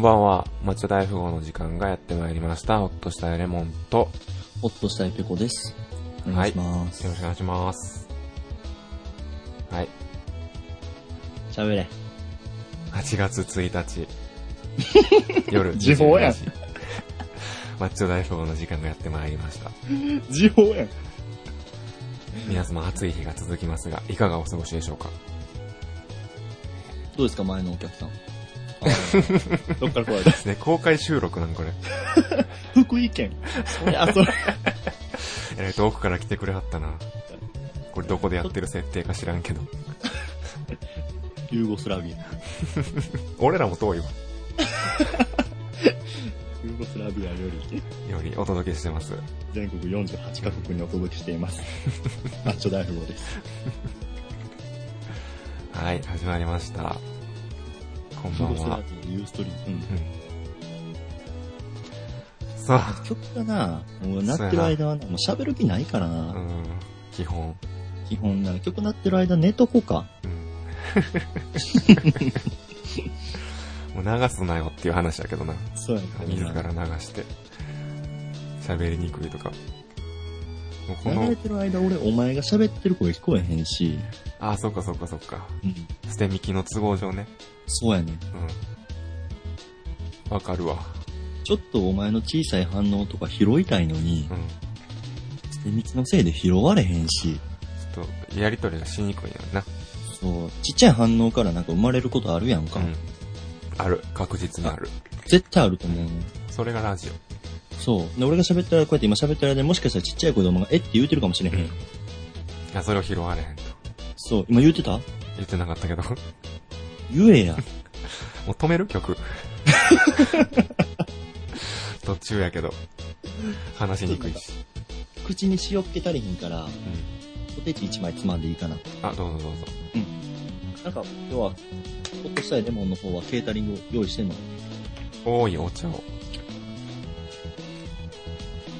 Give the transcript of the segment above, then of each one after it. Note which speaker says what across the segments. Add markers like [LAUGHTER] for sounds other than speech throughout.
Speaker 1: ばんは。町田大富豪の時間がやってまいりました。ほっとしたいレモンと、
Speaker 2: ホッとしたいペコです。お願いします
Speaker 1: よ。ろしくお願いします。はい。
Speaker 2: 喋、れ。
Speaker 1: 8月1日、夜10時。
Speaker 2: 時報やん
Speaker 1: 町田大富豪の時間がやってまいりました。
Speaker 2: 時報やん。
Speaker 1: 皆様暑い日が続きますが、いかがお過ごしでしょうか
Speaker 2: どうですか、前のお客さん。どっから来られた
Speaker 1: ですね、公開収録なんこれ。
Speaker 2: 福井県。それ、あ、それ。
Speaker 1: えらい遠くから来てくれはったな。これどこでやってる設定か知らんけど。
Speaker 2: ユーゴスラビア。
Speaker 1: 俺らも遠いわ。
Speaker 2: ユーゴスラビアより、
Speaker 1: よりお届けしてます。
Speaker 2: 全国48カ国にお届けしてい [LAUGHS] ます。マッチョ大富豪です。
Speaker 1: はい、始まりました。こん
Speaker 2: ユ
Speaker 1: ば
Speaker 2: ー
Speaker 1: ん
Speaker 2: ゴスラ
Speaker 1: は。
Speaker 2: ビア、ユーストリーム。
Speaker 1: さ
Speaker 2: 曲がな、もう鳴ってる間はな、もう喋る気ないから
Speaker 1: あ、う
Speaker 2: な。
Speaker 1: ん、基本。
Speaker 2: 基本な、曲鳴ってる間寝とこうか。
Speaker 1: うん。 [LAUGHS] もう流すなよっていう話だけどな。
Speaker 2: そうや
Speaker 1: 自ら流して。喋りにくいとか。もうこ
Speaker 2: 流
Speaker 1: の
Speaker 2: れ、てる間俺、お前が喋ってる声聞こえへんし。
Speaker 1: ああ、そっかそっかそっか。
Speaker 2: うん。
Speaker 1: 捨て身きの都合上ね。
Speaker 2: そうやねん。
Speaker 1: うん。わかるわ。
Speaker 2: ちょっとお前の小さい反応とか拾いたいのに
Speaker 1: う、ん。
Speaker 2: 捨て道のせいで拾われへん
Speaker 1: ち
Speaker 2: し、
Speaker 1: ょっと、やりとりがしにくいよな。
Speaker 2: そう、ちっちゃい反応からなんか生まれることあるやんか。
Speaker 1: うん。ある。確実にある。
Speaker 2: 絶対あると思うねん。
Speaker 1: それがラジ
Speaker 2: そう。で、俺が喋ったら、こうやって今喋ったらでもしかしたらちっちゃい子供が、えって言うてるかもしれへん。
Speaker 1: うんオ。あ、それを拾われへんと。
Speaker 2: そう、今言うてた
Speaker 1: 言ってなかったけど。 [LAUGHS] も
Speaker 2: 言えや。
Speaker 1: う止める曲。 [LAUGHS] 途中やけど。話しにくいし。
Speaker 2: 口に塩っ気足りひんから、
Speaker 1: うん。
Speaker 2: ポテチ一枚つまんでいいかな。
Speaker 1: あ、どうぞどうぞ。
Speaker 2: なんか、今日は、ホッとしたいレモンの方はケータリングを用意してんの。
Speaker 1: 多いお茶を。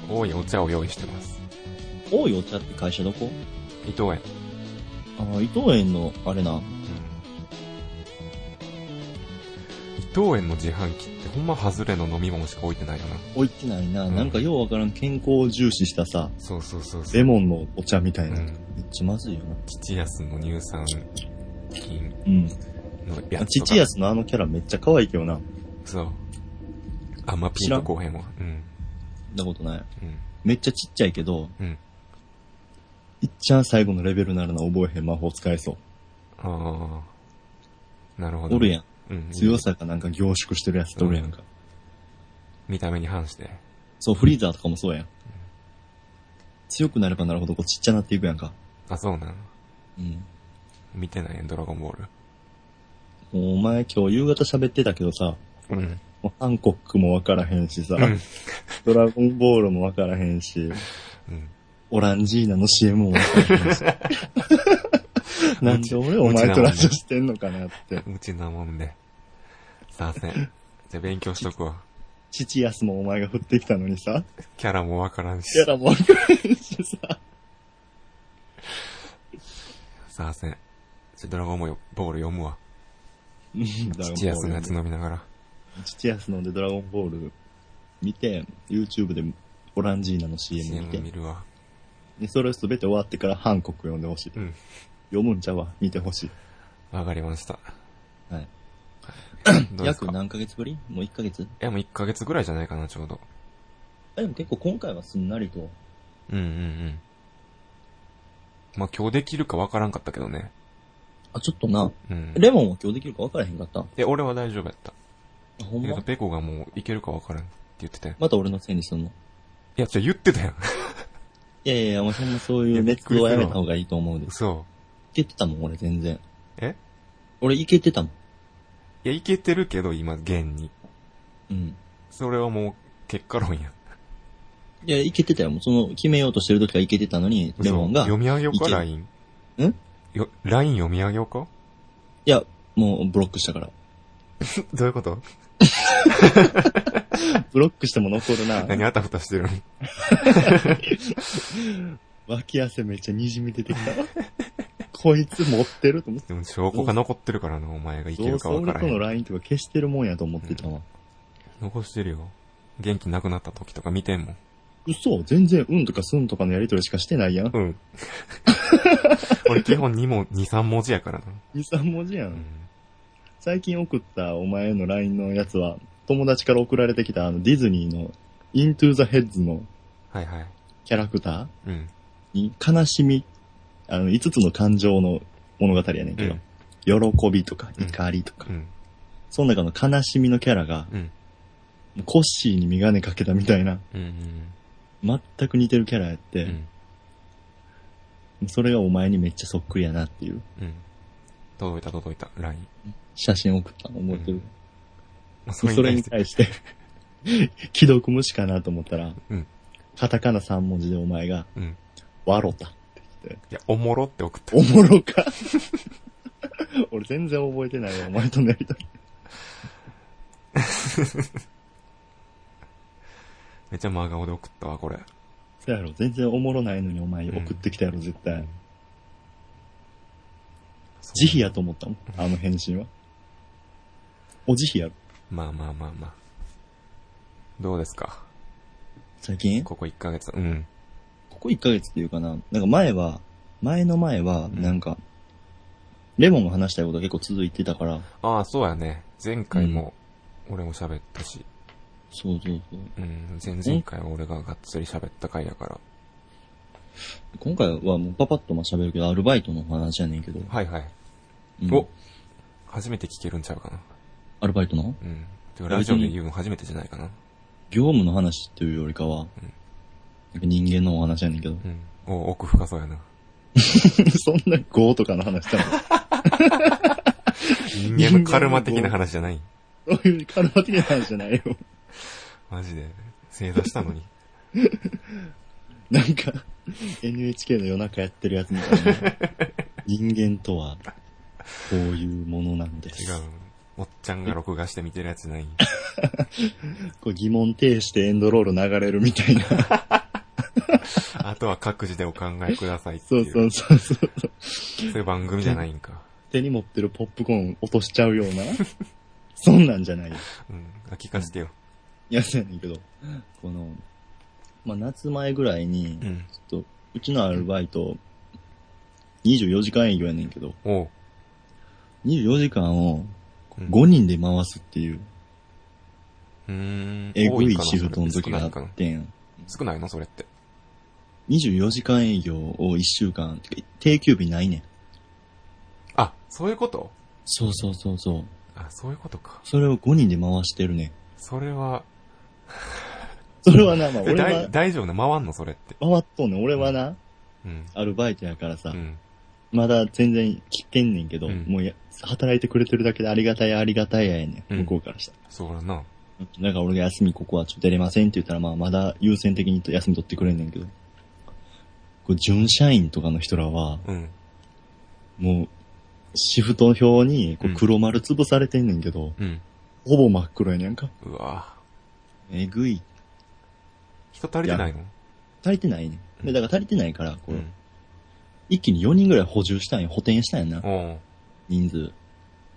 Speaker 1: 多いお茶を用意してます。
Speaker 2: 多いお茶って会社どこ
Speaker 1: 伊藤園。
Speaker 2: ああ、伊藤園の、あれな。
Speaker 1: 伊藤園の自販機ってほんま外れの飲み物しか置いてないよな。
Speaker 2: 置いてないな。
Speaker 1: うん
Speaker 2: なんかようわからん健康を重視したさ、
Speaker 1: そうそうそうそう。
Speaker 2: レモンのお茶みたいうな。
Speaker 1: ん。
Speaker 2: めっちゃまずいよな。
Speaker 1: 父安の乳酸菌
Speaker 2: う
Speaker 1: の
Speaker 2: ん。
Speaker 1: やつとか。
Speaker 2: 父安のあのキャラめっちゃ可愛いけどな。
Speaker 1: そう。あんまピンとこうへんわ。うん。
Speaker 2: そんなことない。
Speaker 1: うん。
Speaker 2: めっちゃちっちゃいけど、
Speaker 1: うん。
Speaker 2: いっちゃん最後のレベルなるな覚えへん魔法使えそう。
Speaker 1: ああ。なるほど。
Speaker 2: おるやん。
Speaker 1: うん。
Speaker 2: 強さがなんか凝縮してるやつとおるやんか。
Speaker 1: 見た目に反して。
Speaker 2: そう、フリーザーとかもそうやん。強くなればなるほどこうちっちゃなっていくやんか。
Speaker 1: あ、そうなん。
Speaker 2: うん。
Speaker 1: 見てないやん、ドラゴンボール。
Speaker 2: もうお前今日夕方喋ってたけどさ、
Speaker 1: うん。
Speaker 2: もうハンコックもわからへんしさ、
Speaker 1: うん
Speaker 2: ドラゴンボールもわからへんし、
Speaker 1: うん。
Speaker 2: オランジーナの CM もわから
Speaker 1: [LAUGHS]
Speaker 2: へんし。なんで俺お前とラジオしてんのかなって。
Speaker 1: うちなもんで。さあせん。じゃあ勉強しとくわ。
Speaker 2: 父安もお前が振ってきたのにさ、
Speaker 1: キャラもわからんし。
Speaker 2: キャラもわからへんしさ。
Speaker 1: さあせん。じゃあドラゴンボールボール読むわ。
Speaker 2: 父
Speaker 1: 父安のやつ飲みながら。
Speaker 2: 父安のでドラゴンボール見て、YouTube でオランジーナの CM 見
Speaker 1: CM
Speaker 2: て、
Speaker 1: 見るわ。
Speaker 2: でそれすべて終わってからハンコック読んでほしい。
Speaker 1: うん
Speaker 2: 読むんちゃうわ、見てほしい。
Speaker 1: わかりました。
Speaker 2: はい。
Speaker 1: どうです
Speaker 2: 約
Speaker 1: か
Speaker 2: 何ヶ月ぶりもう1ヶ月
Speaker 1: え、もう1ヶ月ぐらいじゃないかな、ちょうど。
Speaker 2: あでも結構今回はすんなりと。
Speaker 1: うんうんうん。まあ、今日できるかわからんかったけどね。
Speaker 2: あ、ちょっとな、
Speaker 1: うん。
Speaker 2: レモンは今日できるか分からへんかった。
Speaker 1: え、俺は大丈夫やった。
Speaker 2: あ、ほん
Speaker 1: け
Speaker 2: ま
Speaker 1: ど、ペコがもういけるかわからんって言ってたよ。
Speaker 2: また俺のせいにすんの
Speaker 1: いや、じゃ言ってたやん。
Speaker 2: いやいやいや、お前ほんまそう
Speaker 1: い
Speaker 2: い
Speaker 1: や
Speaker 2: う
Speaker 1: びっ
Speaker 2: 熱
Speaker 1: くりする
Speaker 2: を
Speaker 1: わ
Speaker 2: やめた方がいいと思うで。
Speaker 1: [LAUGHS]
Speaker 2: い
Speaker 1: 嘘。
Speaker 2: けてたもん、俺全然。
Speaker 1: え
Speaker 2: 俺いけてたも
Speaker 1: い
Speaker 2: ん。
Speaker 1: や、いけてるけど、今、現に。
Speaker 2: うん。
Speaker 1: それはもう、結果論やん。
Speaker 2: いや、いけてたよ。もうその、決めようとしてる時はいけてたのに、レモン
Speaker 1: 嘘
Speaker 2: が、
Speaker 1: 読み上げよう
Speaker 2: い
Speaker 1: か、
Speaker 2: け
Speaker 1: LINE。
Speaker 2: ん
Speaker 1: よ、LINE 読み上げようか
Speaker 2: いや、もうブロックしたから。
Speaker 1: どういうこと
Speaker 2: ブロックしても残る [LAUGHS] な。
Speaker 1: 何あたふたしてるの
Speaker 2: 脇汗めっちゃ滲み出てきた。 [LAUGHS] こいつ持ってると思って。
Speaker 1: でも証拠が残ってるからな、お前がいけ
Speaker 2: ど
Speaker 1: る
Speaker 2: う
Speaker 1: か
Speaker 2: せ
Speaker 1: わ
Speaker 2: 俺
Speaker 1: から
Speaker 2: と
Speaker 1: へ
Speaker 2: の
Speaker 1: ん。
Speaker 2: ラインとか消してるもんやと思ってたわ。
Speaker 1: 残してるよ。元気なくなった時とか見てんもん。
Speaker 2: 嘘全然、うんとかすんとかのやりとりしかしてないやん。
Speaker 1: うん。 [LAUGHS] 俺基本2も、2、3文字やからな。
Speaker 2: 2、3文字や
Speaker 1: うん
Speaker 2: ん。。最近送ったお前の LINE のやつは、友達から送られてきたあのディズニーのイントゥーザヘッズの
Speaker 1: はいはい。
Speaker 2: キャラクタ
Speaker 1: うん。
Speaker 2: ーに悲しみ、あの5つの感情の物語やねんけど、喜びとか
Speaker 1: うん
Speaker 2: 怒りとか、
Speaker 1: うん。
Speaker 2: その中の悲しみのキャラが、
Speaker 1: うん。
Speaker 2: コッシーに眼鏡かけたみたいな、
Speaker 1: うん。
Speaker 2: 全く似てるキャラやっ
Speaker 1: う
Speaker 2: て、
Speaker 1: ん。
Speaker 2: それがお前にめっちゃそっくりやなっていう
Speaker 1: うん。届いた届いた。ライン。
Speaker 2: 写真送ったの覚えてる。
Speaker 1: そ
Speaker 2: それに対して、 [LAUGHS] 既読無視かなと思ったら、
Speaker 1: うん
Speaker 2: カタカナ3文字でお前が、
Speaker 1: うん。
Speaker 2: わろたってきて、
Speaker 1: いや、おもろって送った
Speaker 2: お。もろか [LAUGHS] 俺全然覚えてないよ、お前とのやりとり。
Speaker 1: めっちゃ真顔で送ったわ、これ。
Speaker 2: そやろ、全然おもろないのにお前送ってきたやろ、絶対。慈悲やと思ったもん、あの返信は。お慈悲やろ。
Speaker 1: まあまあまあまあ。どうですか
Speaker 2: 最近こ
Speaker 1: ここ1ヶ月。うん。
Speaker 2: こ1ヶ月っていうかな、なんか前は、前の前は、
Speaker 1: ん
Speaker 2: なんか、レモンが話したいことが結構続いてたから、
Speaker 1: ああ、そうやね。前回も、俺も喋ったし。
Speaker 2: そうそうそう。
Speaker 1: うん。前々回は俺ががっつり喋った回やから。
Speaker 2: 今回はもうパパッとまあ喋るけど、アルバイトの話やねんけど。
Speaker 1: はいはい。
Speaker 2: うん
Speaker 1: お初めて聞けるんちゃうかな。
Speaker 2: アルバイトの
Speaker 1: うん。てかラジオで言うの初めてじゃないかな。。
Speaker 2: 業務の話っていうよりかは、なんか人間のお話やねんけど
Speaker 1: うん。お奥深そうやな。
Speaker 2: [LAUGHS] そんな業とかの話 [LAUGHS] じゃな
Speaker 1: 人間のカルマ的な話じゃない。
Speaker 2: い。そういうカルマ的な話じゃないよ。
Speaker 1: マジで。正座したのに。
Speaker 2: なんか、NHK の夜中やってるやつみたいな。 [LAUGHS] 人間とは、こういうものなんで
Speaker 1: 違う
Speaker 2: す。。
Speaker 1: おっちゃんが録画して見てるやつ
Speaker 2: [LAUGHS]
Speaker 1: ない。
Speaker 2: こう疑問呈してエンドロール流れるみ [LAUGHS] たいな。
Speaker 1: あとは各自でお考えくださいって
Speaker 2: そ
Speaker 1: いうう。
Speaker 2: そうそうそう。
Speaker 1: そういう番組じゃないんか。
Speaker 2: 手に持ってるポップコーン落としちゃうような。そんなんじゃないよ。
Speaker 1: うん。あ聞かしてよ。
Speaker 2: いや、そうやねんけど、この、まあ、夏前ぐらいに
Speaker 1: う、ん。
Speaker 2: ちょっと、うちのアルバイト、24時間営業やねんけど、
Speaker 1: おう。
Speaker 2: 24時間を
Speaker 1: うん
Speaker 2: 5人で回すっていう、
Speaker 1: うーん。
Speaker 2: え
Speaker 1: 多
Speaker 2: ぐい
Speaker 1: かな
Speaker 2: シフトの時があ
Speaker 1: 少ないかな
Speaker 2: ってん。
Speaker 1: 少ないのそれって。
Speaker 2: 24時間営業を1週間、てか定休日ないねん。
Speaker 1: あ、そういうこと
Speaker 2: そうそうそうそう。
Speaker 1: あ、そういうことか。
Speaker 2: それを5人で回してるねん。
Speaker 1: それは、
Speaker 2: それはな、 [LAUGHS] まあ、
Speaker 1: え
Speaker 2: 俺
Speaker 1: 大
Speaker 2: は、
Speaker 1: 大丈夫な回んのそれって。
Speaker 2: 回っとんねん。俺はな、
Speaker 1: うん。
Speaker 2: アルバイトやからさ、
Speaker 1: うん。
Speaker 2: まだ全然切ってんねんけど、
Speaker 1: うん
Speaker 2: もうや働いてくれてるだけでありがたいありがたいややねん。
Speaker 1: うん
Speaker 2: 向こうからしたら
Speaker 1: そうだな。
Speaker 2: だから俺が休みここはちょっと出れませんって言ったら、まあまだ優先的に休み取ってくれんねんけど。こう、準社員とかの人らは、
Speaker 1: うん。
Speaker 2: もう、シフト表に
Speaker 1: う
Speaker 2: こうん黒丸潰されてんねんけど、
Speaker 1: うん。
Speaker 2: ほぼ真っ黒やねんか。
Speaker 1: うわ
Speaker 2: えぐい。
Speaker 1: 人足りてないの
Speaker 2: 足りてないねん。で、だから足りてないから、こ
Speaker 1: う
Speaker 2: う、
Speaker 1: ん。
Speaker 2: 一気に4人ぐらい補充したんや、補填したんやな、
Speaker 1: おう。
Speaker 2: 人数。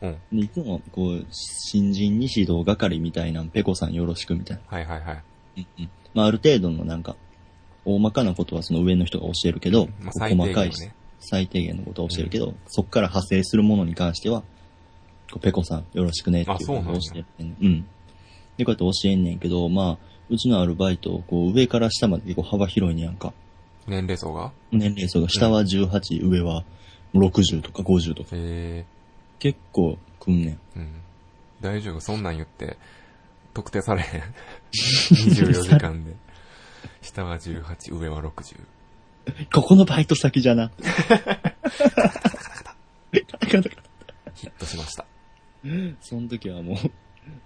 Speaker 1: うん。
Speaker 2: で、いつも、こう、新人に指導係みたいなん、ペコさんよろしくみたいな。
Speaker 1: はいはいはい。
Speaker 2: まあ、ある程度のなんか、大まかなことはその上の人が教えるけど、
Speaker 1: まあ、
Speaker 2: こう
Speaker 1: 最低
Speaker 2: 細か
Speaker 1: 限
Speaker 2: い
Speaker 1: のね。
Speaker 2: 最低限のことは教えるけど、そこから派生するものに関しては、こうペコさんよろしくねっていうことを教えてんねんうん。で、こうやって教えんねんけど、まあ、うちのアルバイト、こう上から下まで結構幅広いねやんか。
Speaker 1: 年齢層が
Speaker 2: 年齢層が下は18、上は60とか50とか。
Speaker 1: へ
Speaker 2: 結構くんねん。
Speaker 1: え。うん。大丈夫そんなん言って、特定され
Speaker 2: [LAUGHS]
Speaker 1: へん。24時間で。下は18、上は60。
Speaker 2: ここのバイト先じゃ [LAUGHS] な。
Speaker 1: ヒットしました。
Speaker 2: その時はもう、 [LAUGHS]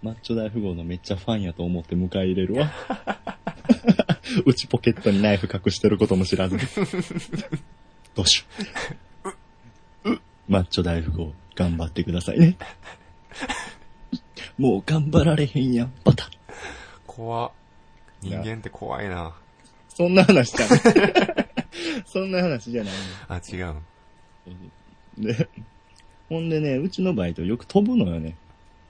Speaker 2: マッチョ大富豪のめっちゃファンやと思って迎え入れるわ。 [LAUGHS] うちポケットにナイフ隠してることも知らず。どうしよう。 [LAUGHS] マッチョ大富豪、頑張ってくださいね。 [LAUGHS] もう頑張られへんやん、バタ。
Speaker 1: 怖っ人間って怖いな。
Speaker 2: そんな話じゃない。 [LAUGHS] そんな話じゃない
Speaker 1: あ、違う。
Speaker 2: の。で、ほんでね、うちのバイトよく飛ぶのよね。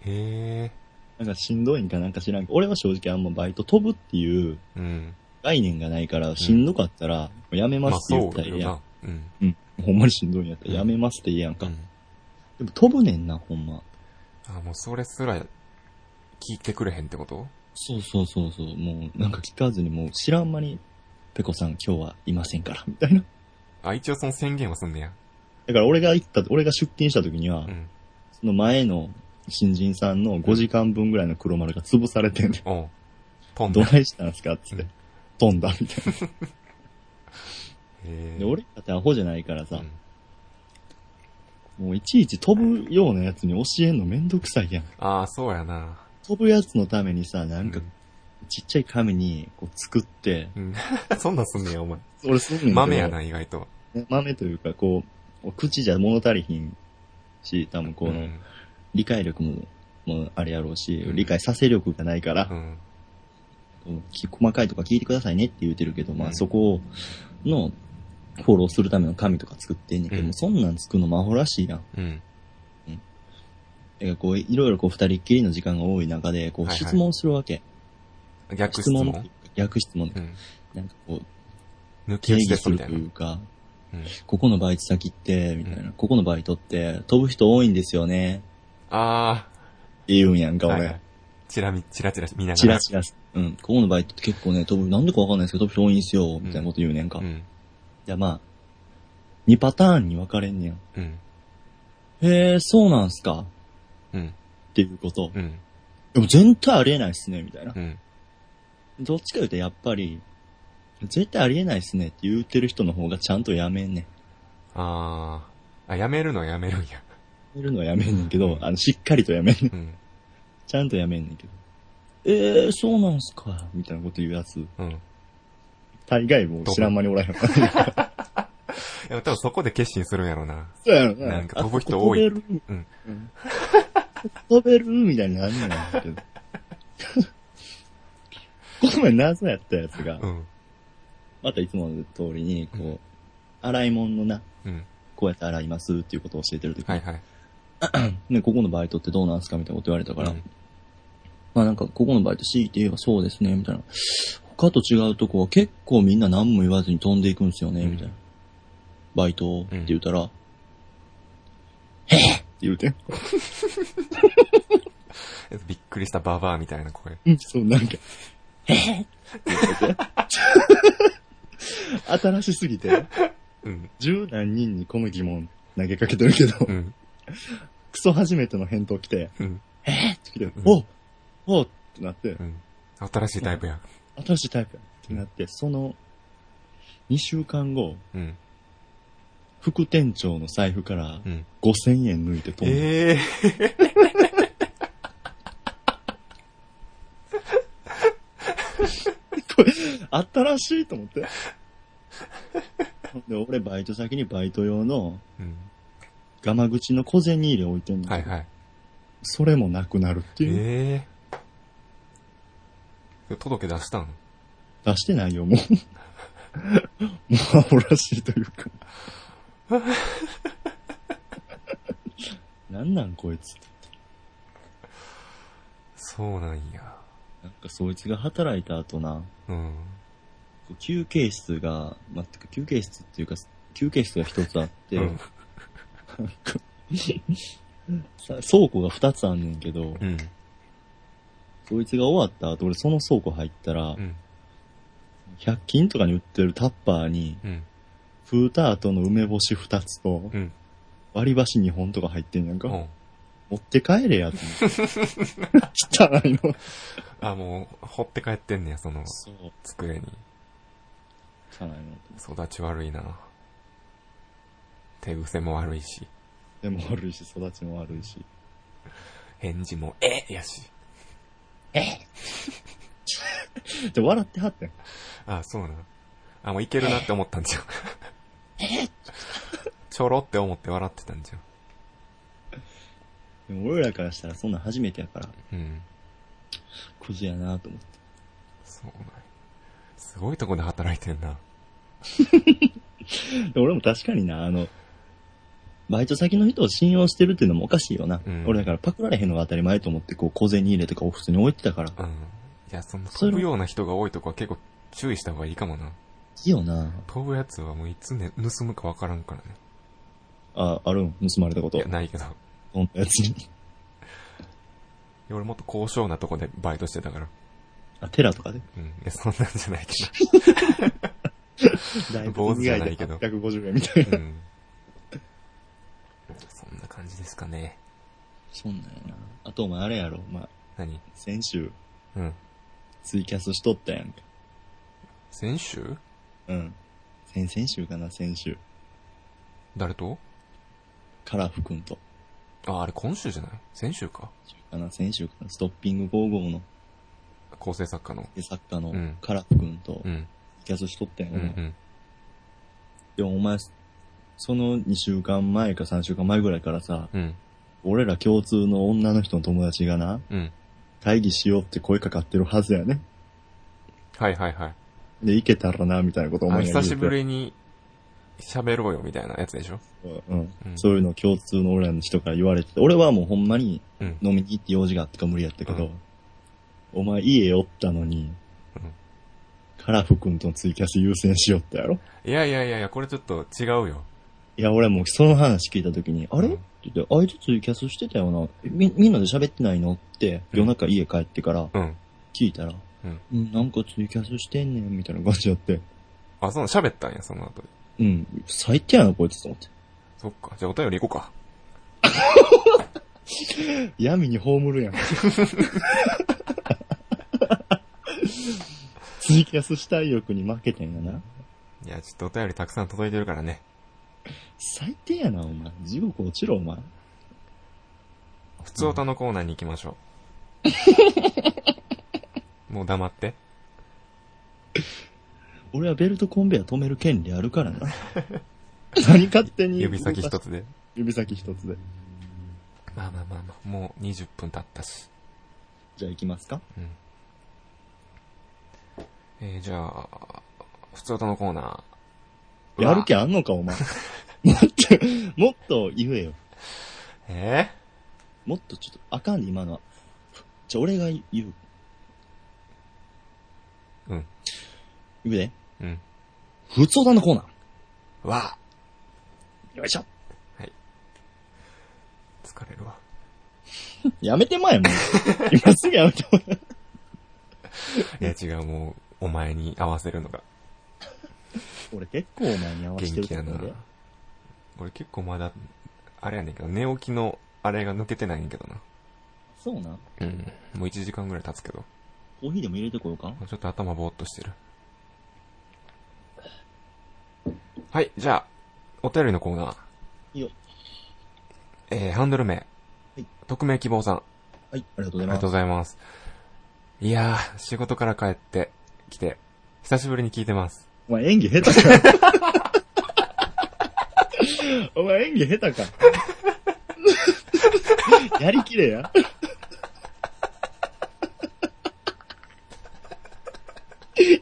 Speaker 1: へえ。
Speaker 2: なんかしんどいんかなんか知らんけど、俺は正直あんまバイト飛ぶっていう
Speaker 1: うん。
Speaker 2: 概念がないから、しんどかったら、やめま
Speaker 1: まあ、
Speaker 2: すって言っ
Speaker 1: そ
Speaker 2: た
Speaker 1: う
Speaker 2: らええ
Speaker 1: よ
Speaker 2: やん。
Speaker 1: な。うん。
Speaker 2: ほんまにしんどいんやったら、やめますってええやんか。
Speaker 1: うん
Speaker 2: でも飛ぶねんな、ほんま。
Speaker 1: あ、もうそれすら聞いてくれへんってこと
Speaker 2: そうそうそうそう、もうなんか聞かずにもう知らん間に、ペコさん今日はいませんから、みたいな。
Speaker 1: あ、一応その宣言はすんねや。
Speaker 2: [LAUGHS] だから俺が行った、俺が出勤した時には
Speaker 1: う、ん。
Speaker 2: その前の新人さんの5時間分ぐらいの黒丸が潰されてんねん。
Speaker 1: おう。飛ん
Speaker 2: ど
Speaker 1: だ。
Speaker 2: ないしたんす [LAUGHS] かっつっ
Speaker 1: う
Speaker 2: て
Speaker 1: ん。
Speaker 2: 飛んだ、みたい
Speaker 1: へ
Speaker 2: な。
Speaker 1: ー
Speaker 2: で、俺だってアホじゃないから
Speaker 1: う
Speaker 2: さ、
Speaker 1: ん
Speaker 2: もういちいち飛ぶようなやつに教えんのめんどくさいやん。
Speaker 1: ああ、そうやな。
Speaker 2: 飛ぶやつのためにさ、なんか
Speaker 1: うん
Speaker 2: ちっちゃい紙にこう作って、
Speaker 1: うん。 [LAUGHS] そんなんすんねや、お前。
Speaker 2: 俺すんねんけど
Speaker 1: 豆やな、意外と。
Speaker 2: ね豆というか、こう、口じゃ物足りひんし、多分こ
Speaker 1: う
Speaker 2: の、
Speaker 1: ん
Speaker 2: 理解力も、もうあれやろうし、
Speaker 1: うん
Speaker 2: 理解させ力がないから
Speaker 1: う、ん。
Speaker 2: こうき細かいとか聞いてくださいねって言うてるけど、ま
Speaker 1: う
Speaker 2: あ
Speaker 1: ん
Speaker 2: そこの、フォローするための紙とか作ってんねんけど、
Speaker 1: うん
Speaker 2: もうそんなん作るの魔法らしいやん。
Speaker 1: うん。
Speaker 2: だからこう、いろいろこう二人っきりの時間が多い中で、こ
Speaker 1: はいは
Speaker 2: う
Speaker 1: い
Speaker 2: 質問するわけ。
Speaker 1: 逆質問
Speaker 2: 逆質問
Speaker 1: う。ん。
Speaker 2: なんかこう、
Speaker 1: 抜き
Speaker 2: 定
Speaker 1: 打ち
Speaker 2: 義
Speaker 1: です
Speaker 2: す
Speaker 1: みた
Speaker 2: る
Speaker 1: い
Speaker 2: と
Speaker 1: な。
Speaker 2: いうか、
Speaker 1: うん
Speaker 2: ここのバイト先って、みたいな、
Speaker 1: うん
Speaker 2: ここのバイトって、飛ぶ人多いんですよね、
Speaker 1: あ
Speaker 2: って言うんやんか、
Speaker 1: あ、
Speaker 2: 俺。
Speaker 1: はいはい。チラ見、チラチラ見ながら。
Speaker 2: チラチラ、うん、ここのバイトって結構ね、飛ぶ、なんでかわかんないですけど、飛ぶ人多いんすよ、みたいなこと言うねんか。
Speaker 1: う
Speaker 2: じ
Speaker 1: ん。
Speaker 2: ゃあまあ、2パターンに分かれんねや。
Speaker 1: うん。
Speaker 2: へえ、そうなんすか
Speaker 1: うん。
Speaker 2: っていうこと。
Speaker 1: うん。
Speaker 2: でも全体ありえないっすね、みたいな
Speaker 1: う。ん。
Speaker 2: どっちか言うとやっぱり、絶対ありえないっすねって言うてる人の方がちゃんとやめんねん。
Speaker 1: ああ。あ、やめるのはやめるんや。
Speaker 2: やめるのはやめんねんけど、あの、しっかりとやめんねん。
Speaker 1: うん。
Speaker 2: ちゃんとやめんねんけど。えー、そうなんすかみたいなこと言うやつ。
Speaker 1: うん。
Speaker 2: 大概もう知らん間におらへ
Speaker 1: [LAUGHS]
Speaker 2: ん。
Speaker 1: でも多分そこで決心するんやろな。
Speaker 2: そうやろ
Speaker 1: なんか飛ぶ人多い
Speaker 2: あここ飛べる。
Speaker 1: うん
Speaker 2: うん。飛べるみたいになんねんだけど。
Speaker 1: [LAUGHS]
Speaker 2: この前謎やったやつが
Speaker 1: う、ん。
Speaker 2: またいつもの通りに、こう、洗い物のな、
Speaker 1: うん。
Speaker 2: こうやって洗いますっていうことを教えてるとき、
Speaker 1: はいはい。
Speaker 2: ね、ここのバイトってどうなんすかみたいなこと言われたから、
Speaker 1: うん
Speaker 2: まあなんか、ここのバイト強いて言えばそうですね、みたいな。他と違うとこは結構みんな何も言わずに飛んでいくんですよね、
Speaker 1: うん
Speaker 2: みたいな。バイトって言ったら、へえって言うてん。
Speaker 1: びっくりしたババアみたいな声。
Speaker 2: うん、そう、なんか、えぇ新しすぎて、
Speaker 1: うん。
Speaker 2: 十何人にこの疑問投げかけてるけど、
Speaker 1: う
Speaker 2: ク
Speaker 1: ん。
Speaker 2: ソ初めての返答来て、
Speaker 1: うん。
Speaker 2: 来て
Speaker 1: ん
Speaker 2: おおってなって
Speaker 1: う、ん。新しいタイプや。
Speaker 2: 新しいタイプやってなって、その、2週間後、
Speaker 1: うん。
Speaker 2: 副店長の財布から
Speaker 1: うん。
Speaker 2: 5000円抜いて飛んだ。
Speaker 1: ええ
Speaker 2: 新しいと思って。 [LAUGHS] ほんで、俺バイト先にバイト用の
Speaker 1: うん。
Speaker 2: ガマ口の小銭入れ置いてんの。
Speaker 1: はいはい。
Speaker 2: それもなくなるっていう。
Speaker 1: ええ届け出したん
Speaker 2: 出してないよ、もう。もう、 [LAUGHS] アホらしいと
Speaker 1: [LAUGHS]
Speaker 2: いうか。なんなん、こいつ。
Speaker 1: そうなんや。
Speaker 2: なんか、そいつが働いた後な、
Speaker 1: うん。
Speaker 2: 休憩室が、まあ、てか休憩室っていうか、休憩室が一つあって、
Speaker 1: うん
Speaker 2: なんかさ倉庫が二つあんねんけど、
Speaker 1: うん。
Speaker 2: そいつが終わった後、俺その倉庫入ったら
Speaker 1: う、ん。
Speaker 2: 100均とかに売ってるタッパーに、
Speaker 1: うん。
Speaker 2: フータートの梅干し二つと
Speaker 1: う、ん。
Speaker 2: 割り箸二本とか入ってんねんか。
Speaker 1: うん。
Speaker 2: 持って帰れやって。
Speaker 1: [LAUGHS]
Speaker 2: 汚いの。
Speaker 1: あ、もう、掘って帰ってんねや、その、
Speaker 2: そう。
Speaker 1: 机に。
Speaker 2: 汚いの。
Speaker 1: 育ち悪いな。手癖も悪いし、
Speaker 2: でも悪いし、育ちも悪いし。
Speaker 1: 返事も、えやし。
Speaker 2: で、笑ってはってん。
Speaker 1: あ、そうな。あ、もういけるなって思ったんじゃん。ちょろって思って笑ってたんじゃん。
Speaker 2: でも俺らからしたらそんなん初めてやから、
Speaker 1: うん。
Speaker 2: クズやなと思って。
Speaker 1: そうなんや。すごいとこで働いてんな。
Speaker 2: で俺も確かにな、あの、バイト先の人を信用してるっていうのもおかしいよな。
Speaker 1: うん
Speaker 2: 俺だからパクられへんのが当たり前と思って、こう小銭入れとかを普通に置いてたから。い
Speaker 1: うん。いや、その
Speaker 2: そ
Speaker 1: 飛
Speaker 2: ういうの
Speaker 1: ぶような人が多いとこは結構注意した方がいいかもな。
Speaker 2: いよな
Speaker 1: 飛ぶやつはもういつね、盗むかわからんからね。
Speaker 2: あ、あるん盗まれたこと。
Speaker 1: い
Speaker 2: ど
Speaker 1: や、
Speaker 2: ん
Speaker 1: ないけど。い
Speaker 2: なやつに。
Speaker 1: や俺もっと高尚なとこでバイトしてたから。
Speaker 2: あ、テラとかで。
Speaker 1: うん。いや、そんなんじゃないけ
Speaker 2: だ
Speaker 1: 坊主じゃないけど
Speaker 2: 150円みたいな。 [LAUGHS]
Speaker 1: ど。うん。そんな感じですかね。
Speaker 2: そんなんやな。あとお前あれやろ、お前。
Speaker 1: 何
Speaker 2: 先週、
Speaker 1: うん。
Speaker 2: ツイキャスしとったやんか。
Speaker 1: 先週
Speaker 2: うん。先々週かな、先週。
Speaker 1: 誰と
Speaker 2: カラフくんと。
Speaker 1: あ、あれ今週じゃない先週か。
Speaker 2: かな、先週かな、ストッピング55の
Speaker 1: 構成作家の。
Speaker 2: 作家の
Speaker 1: うん
Speaker 2: カラフくんと
Speaker 1: う、ん。
Speaker 2: キャスしとったやん
Speaker 1: うんう
Speaker 2: か。
Speaker 1: ん。
Speaker 2: でもお前、その2週間前か3週間前ぐらいからさ、
Speaker 1: うん。
Speaker 2: 俺ら共通の女の人の友達がな、
Speaker 1: うん。
Speaker 2: 会議しようって声かかってるはずやね。
Speaker 1: はいはいはい。
Speaker 2: で、行けたらな、みたいなことお
Speaker 1: あ
Speaker 2: 前が言
Speaker 1: 久
Speaker 2: うて
Speaker 1: しぶりに喋ろうよみたいなやつでしょ
Speaker 2: う
Speaker 1: う
Speaker 2: ん。
Speaker 1: ん
Speaker 2: そういうのを共通の俺らの人から言われてて、俺はもうほんまに
Speaker 1: うん。
Speaker 2: 飲みに行って用事があったか無理やったけど、
Speaker 1: うん
Speaker 2: お前家おったのに、
Speaker 1: うん
Speaker 2: カラフ君とのツイキャス優先しよったやろ
Speaker 1: いやいやいやいや、これちょっと違うよ。
Speaker 2: いや、俺もうその話聞いた時に、あれ
Speaker 1: うん
Speaker 2: って言って、あいつツイキャスしてたよな。み、みんなで喋ってないのって、
Speaker 1: うん
Speaker 2: 夜中家帰ってから
Speaker 1: うん。
Speaker 2: 聞いたら、
Speaker 1: うん
Speaker 2: うん、なんかツイキャスしてんねん、みたいな感じやって。
Speaker 1: あ、その喋ったんや、その後で。
Speaker 2: うん、最低やな、こいつと思って。
Speaker 1: そっか。じゃあお便り行こうか。
Speaker 2: 闇に葬るや [LAUGHS] ん。ツイキャスしたい欲に負けてんやな。
Speaker 1: いや、ちょっとお便りたくさん届いてるからね。
Speaker 2: 最低やな、お前。地獄落ちろ、お前。
Speaker 1: 普通歌のコーナーに行きましょ
Speaker 2: [LAUGHS]
Speaker 1: う。もう黙って。
Speaker 2: 俺はベルトコンベヤ止める権利あるから
Speaker 1: [LAUGHS]
Speaker 2: な。何勝手に。
Speaker 1: 指先一。つで。
Speaker 2: 指先一つで。
Speaker 1: まあまあまあまあ、もう20分経ったし。
Speaker 2: じゃあ行きますか。
Speaker 1: うん。えー、じゃあ、普通歌のコーナー。
Speaker 2: やる気
Speaker 1: ゃ
Speaker 2: あんのか、お
Speaker 1: [LAUGHS]
Speaker 2: 前。もっと、もっと言えよ。
Speaker 1: え
Speaker 2: もっとちょっと、あかんで、今のは。じゃあ俺が言う。
Speaker 1: ー、うん。
Speaker 2: 言うで。
Speaker 1: うん。
Speaker 2: 普通だのコーナ
Speaker 1: わ
Speaker 2: ー。よいしょ。
Speaker 1: ー疲れるわ。
Speaker 2: やめてまえ、もう。
Speaker 1: [LAUGHS]
Speaker 2: 今すぐやめてまえ。
Speaker 1: いや違う、もう、お前に合わせるのが
Speaker 2: 俺結構お前に合わせて
Speaker 1: 元気
Speaker 2: ると
Speaker 1: やな
Speaker 2: 思うで。。
Speaker 1: 俺結構まだ、あれやねんけど、寝起きのあれが抜けてないんやけどな。
Speaker 2: そうなん。
Speaker 1: うん。もう1時間ぐらい経つけど。
Speaker 2: コーヒーでも入れてこようか。
Speaker 1: ちょっと頭ぼーっとしてる。はい、じゃあ、お便りのコーナー。
Speaker 2: いいよ。
Speaker 1: えー、ハンドル名。
Speaker 2: い
Speaker 1: 匿名希望さん。あ
Speaker 2: はい、ありがとうご
Speaker 1: り
Speaker 2: ざい
Speaker 1: が
Speaker 2: ま
Speaker 1: とうご
Speaker 2: す。
Speaker 1: ざいます。いやー、仕事から帰ってきて、久しぶりに聞いてます。
Speaker 2: お前演技下手か。 [LAUGHS] お前演技下手か。 [LAUGHS] やりきれや。 [LAUGHS]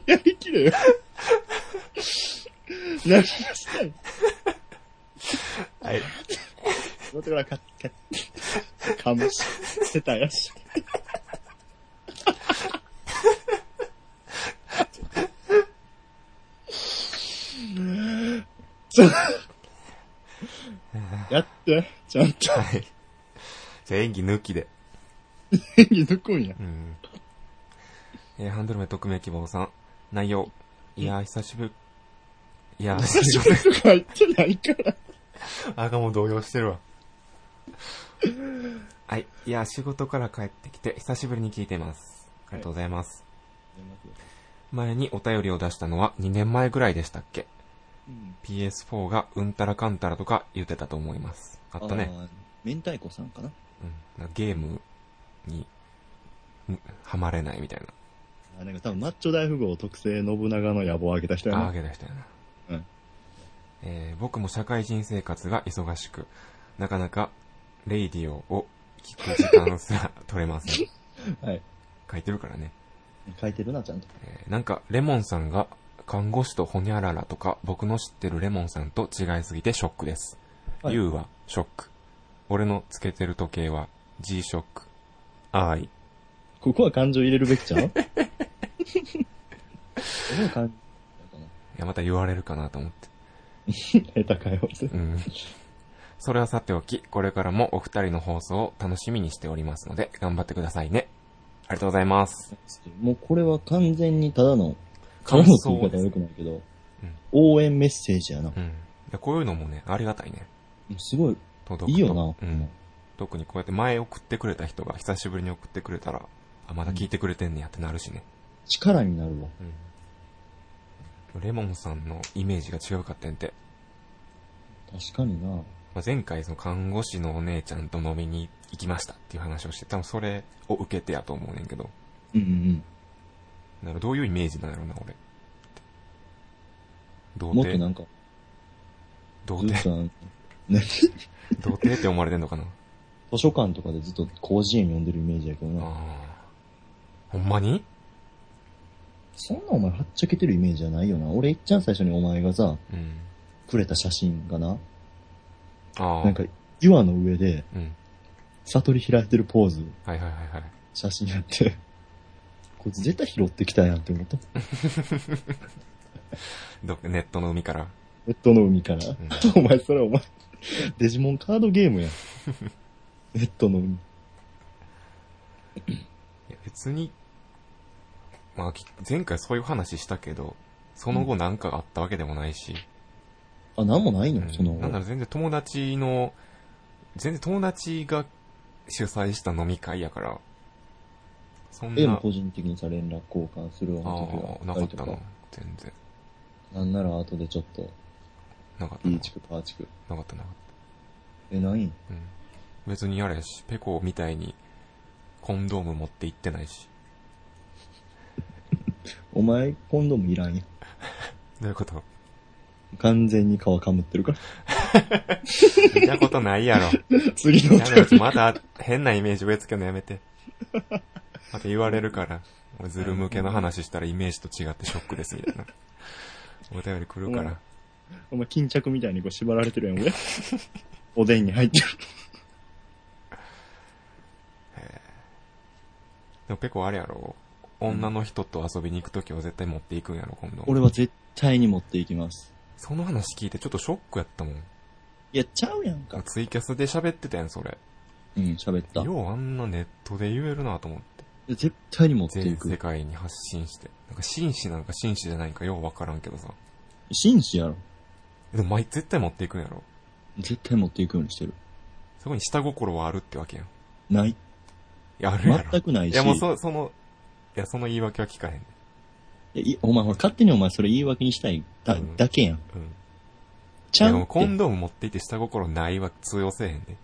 Speaker 2: やりきれや。 [LAUGHS] 何がしたい [LAUGHS]
Speaker 1: はい。
Speaker 2: 仕事からか、か、かもし、下手やし。ちょやって、ちゃんと
Speaker 1: はい。じゃあ演技抜きで。
Speaker 2: 演技抜くんや。 [LAUGHS]
Speaker 1: うん。えー、ハンドル名匿名希望さん。内容。いやー、久しぶり。いやー、
Speaker 2: 久しぶりとか言ってないから。 [LAUGHS]
Speaker 1: あがもう動揺してるわ。 [LAUGHS] はい。いや、仕事から帰ってきて、久しぶりに聞いてます。ありがとうございます。前にお便りを出したのは2年前ぐらいでしたっけ ?PS4 がうんたらかんたらとか言ってたと思います。あったね。
Speaker 2: あー。明太子さんかな
Speaker 1: うん、ゲームに、むはまれないみたいな。
Speaker 2: あなんか多分マッチョ大富豪特製信長の野望をあげた人や
Speaker 1: ああ
Speaker 2: な。
Speaker 1: げ出したよな。
Speaker 2: うん
Speaker 1: えー僕も社会人生活が忙しく、なかなか、レイディオを聞く時間すら取れま [LAUGHS] せん。
Speaker 2: はい。
Speaker 1: 書いてるからね。
Speaker 2: 書いてるな、ちゃんと。
Speaker 1: えーなんか、レモンさんが、看護師とホニャララとか、僕の知ってるレモンさんと違いすぎてショックです。
Speaker 2: はい
Speaker 1: ユウは、ショック。俺のつけてる時計は G ショック。I。
Speaker 2: ここは感情入れるべきじゃ
Speaker 1: [LAUGHS]
Speaker 2: んここは感
Speaker 1: いや、また言われるかなと思って。
Speaker 2: 下手かよって。
Speaker 1: うん。 [LAUGHS] それはさておき、これからもお二人の放送を楽しみにしておりますので、頑張ってくださいね。ありがとうございます。
Speaker 2: もうこれは完全にただの、た
Speaker 1: 感
Speaker 2: だのって言
Speaker 1: 想
Speaker 2: い方
Speaker 1: です
Speaker 2: は良。くないけど、
Speaker 1: うん
Speaker 2: 応援メッセージやな。
Speaker 1: うん。いや、こういうのもね、ありがたいね。
Speaker 2: すごい、
Speaker 1: 届
Speaker 2: い
Speaker 1: く
Speaker 2: い
Speaker 1: と。
Speaker 2: よな。
Speaker 1: うん。特にこうやって前送ってくれた人が久しぶりに送ってくれたら、あ、まだ聞いてくれてんねやってなるしね。
Speaker 2: 力になるわ。
Speaker 1: うん。レモンさんのイメージが違うかってんて。
Speaker 2: 確かにな。
Speaker 1: まあ、前回その看護師のお姉ちゃんと飲みに行きましたっていう話をして、多分それを受けてやと思うねんけど。
Speaker 2: うんうん
Speaker 1: なんかどういうイメージなんやろうな、俺。童
Speaker 2: うん。もっと
Speaker 1: 貞
Speaker 2: なんか、
Speaker 1: 童
Speaker 2: ず [LAUGHS] っ
Speaker 1: 貞
Speaker 2: となんか、ね、
Speaker 1: 童貞って思われてんのかな
Speaker 2: 図書館とかでずっと広辞苑読んでるイメージやけどな。
Speaker 1: ああ。ほんまに
Speaker 2: そんなお前はっちゃけてるイメージじゃないよな。俺いっちゃん最初にお前がさ、
Speaker 1: うん。
Speaker 2: くれた写真がな、
Speaker 1: ああ。
Speaker 2: なんか岩の上で
Speaker 1: うん。
Speaker 2: 悟り開いてるポーズ、
Speaker 1: はいはいはいはい。
Speaker 2: 写真やって、 [LAUGHS] こいつ絶対拾ってきたやんって思った。
Speaker 1: どっかネットの海から。
Speaker 2: ネットの海から。
Speaker 1: うん
Speaker 2: お前それお前、デジモンカードゲームやん。ネットの海。
Speaker 1: いや、別に、まあ、き前回そういう話したけど、その後なんかあったわけでもないし、
Speaker 2: あ、なんもないうの、
Speaker 1: ん
Speaker 2: その、
Speaker 1: なんなら全然友達の、全然友達が主催した飲み会やから、そん
Speaker 2: でも
Speaker 1: な、
Speaker 2: 個人的にさ、連絡交換するよう
Speaker 1: あ
Speaker 2: な時が
Speaker 1: あ、なかったな、全然。
Speaker 2: なんなら後でちょっと、
Speaker 1: なかったな
Speaker 2: B 地区、パー地区。
Speaker 1: なかったなかっ
Speaker 2: え、ないん
Speaker 1: た。うん。別にあれやし、ペコみたいにコンドーム持って行ってないし。
Speaker 2: お前、今度もいらんやん。
Speaker 1: どういうこと
Speaker 2: [LAUGHS] 完全に皮かむってるから。
Speaker 1: 見たことないやろ。
Speaker 2: 次のお
Speaker 1: やめ
Speaker 2: 便
Speaker 1: て
Speaker 2: り。
Speaker 1: また変なイメージ植え付けるのやめ
Speaker 2: [LAUGHS]
Speaker 1: て。また言われるから。俺ズル向けの話したらイメージと違ってショックですみ
Speaker 2: [LAUGHS]
Speaker 1: たいな。お便り来るから。
Speaker 2: お前、巾着みたいにこう縛られてるやん、俺。 [LAUGHS] おでんに入ってる。
Speaker 1: でもペコあれやろ。女の人と遊びに行くときは絶対持っていくんやろ、今度。
Speaker 2: 俺は絶対に持っていきます。
Speaker 1: その話聞いてちょっとショックやったもん。
Speaker 2: いや、ちゃうやんか。
Speaker 1: ツイキャスで喋ってたやん、それ。
Speaker 2: うん、喋った。
Speaker 1: ようあんなネットで言えるなと思って。
Speaker 2: 絶対に持ってい
Speaker 1: 全世
Speaker 2: く。
Speaker 1: 界に発信して。なんか紳士なのか紳士じゃないんかようわからんけどさ。
Speaker 2: 紳士やろ。
Speaker 1: でも毎絶対持っていくんやろ。
Speaker 2: 絶対持っていくようにしてる。
Speaker 1: そこに下心はあるってわけやん。い
Speaker 2: ない。
Speaker 1: や、あるやろ。
Speaker 2: 全くないし。
Speaker 1: いやもうそ、その、いや、その言い訳は聞かへん。
Speaker 2: いやいお前、ほら勝手にお前それ言い訳にしたいだ、
Speaker 1: うん
Speaker 2: だけやん。
Speaker 1: うん。
Speaker 2: ちゃ
Speaker 1: いや
Speaker 2: ん
Speaker 1: もう
Speaker 2: って
Speaker 1: コンドーム持っていて下心ないは通用せえへんで。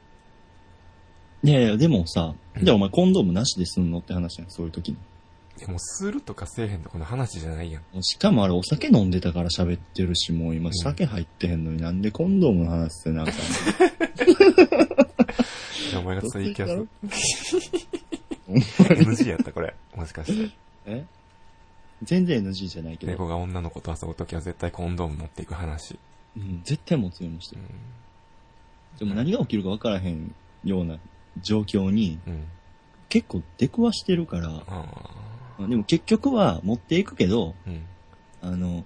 Speaker 2: いやいや、でもさ、
Speaker 1: うん
Speaker 2: じゃあお前コンドームなしですんのって話やん、そういう時に。
Speaker 1: いやもうするとかせえへんとかの話じゃないやん。
Speaker 2: もうしかもあれお酒飲んでたから喋ってるし、もう今
Speaker 1: ん
Speaker 2: 酒入ってへんのになんでコンドームの話してなあかんの
Speaker 1: いやお前がツイキャス。
Speaker 2: ほ
Speaker 1: [LAUGHS]
Speaker 2: んまに
Speaker 1: NG やったこれ。もしかして。
Speaker 2: え全然 NG じゃないけど、
Speaker 1: 猫が女の子と遊ぶときは絶対コンドーム持っていく話。
Speaker 2: うん、絶対持つようにして
Speaker 1: う
Speaker 2: る。
Speaker 1: ん。
Speaker 2: でも何が起きるか分からへんような状況に
Speaker 1: うん。
Speaker 2: 結構出くわしてるから、
Speaker 1: あ
Speaker 2: でも結局は持っていくけど、
Speaker 1: あ。うん。
Speaker 2: あの、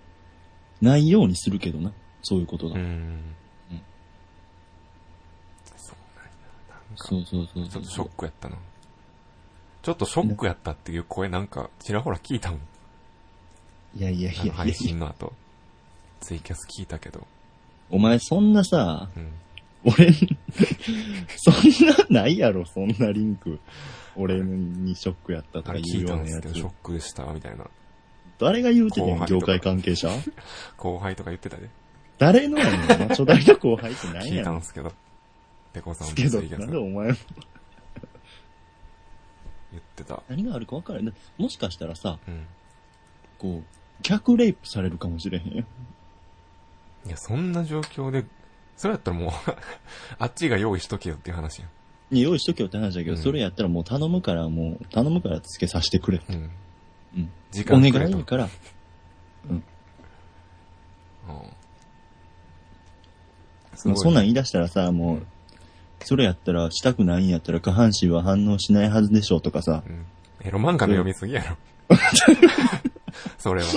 Speaker 2: ないようにするけどな、そういうことが。
Speaker 1: うん
Speaker 2: うん。
Speaker 1: そうなんや。なんか、ち
Speaker 2: そ
Speaker 1: ょ
Speaker 2: うそうそう
Speaker 1: っと
Speaker 2: そう。
Speaker 1: ショックやったな。ちょっとショックやったっていう声なんか、ちらほら聞いたもん。
Speaker 2: いやいやいや
Speaker 1: あの
Speaker 2: いやい
Speaker 1: 配
Speaker 2: や
Speaker 1: 信の後、ツイキャス聞いたけど、
Speaker 2: お前そんなさ、
Speaker 1: うん。
Speaker 2: 俺、 [LAUGHS] そんなないやろ、そんなリンク。俺にショックやったと
Speaker 1: あ
Speaker 2: か
Speaker 1: れ
Speaker 2: 言
Speaker 1: 聞い
Speaker 2: うよ
Speaker 1: た
Speaker 2: うんな
Speaker 1: です
Speaker 2: や
Speaker 1: け
Speaker 2: つ
Speaker 1: ど、シ。ョックでした、みたいな。
Speaker 2: 誰が言うてん
Speaker 1: 後
Speaker 2: ねん、
Speaker 1: 輩と
Speaker 2: 業
Speaker 1: か
Speaker 2: 界関係者
Speaker 1: 後輩とか言ってたで、
Speaker 2: 誰のやねん、初代の後輩って何
Speaker 1: 聞い
Speaker 2: や
Speaker 1: た
Speaker 2: ね
Speaker 1: ん
Speaker 2: ん。
Speaker 1: ですけど。ペコさんもツイ
Speaker 2: け
Speaker 1: キ
Speaker 2: ど、
Speaker 1: ャ
Speaker 2: な
Speaker 1: ス
Speaker 2: んでお前、
Speaker 1: 言ってた。
Speaker 2: 何があるか分からない。もしかしたらさ、
Speaker 1: うん。
Speaker 2: こう、逆レイプされるかもしれへんよ。
Speaker 1: いや、そんな状況で、それやったらもう、 [LAUGHS] あっちが用意しとけよっていう話や
Speaker 2: ね用意しとけよって話だけど、
Speaker 1: うん
Speaker 2: それやったらもう頼むから、もう、頼むからつけさせてくれ。
Speaker 1: ん。うん。
Speaker 2: うん。
Speaker 1: 時
Speaker 2: お
Speaker 1: 間
Speaker 2: 願い
Speaker 1: くれと
Speaker 2: や。から、
Speaker 1: うん
Speaker 2: まあそんなん言い出したらさ、もう、それやったら、したくないんやったら下半身は反応しないはずでしょうとかさ
Speaker 1: う。ん。エロ漫画の読みすぎやろ。それは。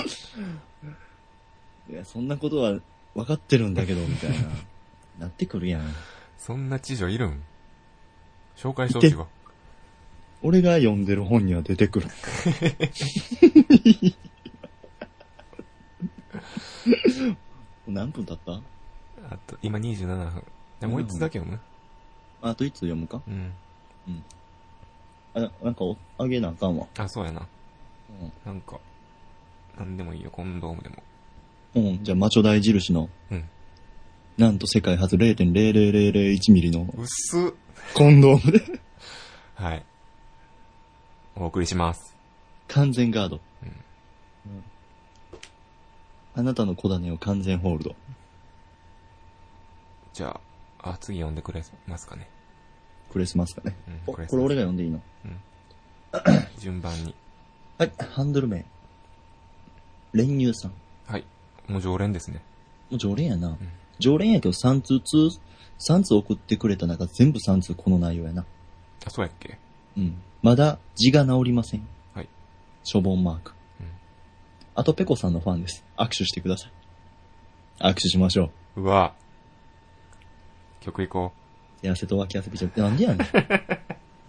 Speaker 2: いや、そんなことは分かってるんだけど、みたい [LAUGHS] な。なってくるやん。
Speaker 1: そんな知女いるん紹介してほしいわ。
Speaker 2: 俺が読んでる本には出て [LAUGHS] くる。何分経った
Speaker 1: あと、今27分。でもう一つだけ読む
Speaker 2: あといつ読むか
Speaker 1: うん。
Speaker 2: あ、なんかおあげなあかんわ。
Speaker 1: あ、そうやな。
Speaker 2: うん
Speaker 1: なんか、なんでもいいよ、コンドームでも。
Speaker 2: うん、じゃあ、マチョ大印の、
Speaker 1: うん
Speaker 2: なんと世界初0.00001ミリの
Speaker 1: 薄っ。
Speaker 2: コンドームで
Speaker 1: はい。お送りします。
Speaker 2: 完全ガード、
Speaker 1: うん
Speaker 2: うんあなたの小種を完全ホールド。
Speaker 1: じゃあ、あ、次読んでくれますかね。
Speaker 2: クレスマスかね。
Speaker 1: うん、
Speaker 2: お
Speaker 1: これ
Speaker 2: これ俺が読んでいいの
Speaker 1: 順番に。
Speaker 2: はい、ハンドル名。練乳さん。
Speaker 1: はい。もう常連ですね。
Speaker 2: もう常連やな。常連やけど3通通、3通送ってくれた中全部3通この内容やな。
Speaker 1: あ、そうやっけ
Speaker 2: うん。まだ字が治りません。
Speaker 1: はい。
Speaker 2: 処分マーク。
Speaker 1: うん
Speaker 2: あと、ペコさんのファンです。握手してください。握手しましょう。
Speaker 1: うわ曲行こ
Speaker 2: 手汗と脇汗びちょびちょ。なんで
Speaker 1: [LAUGHS]
Speaker 2: やねん。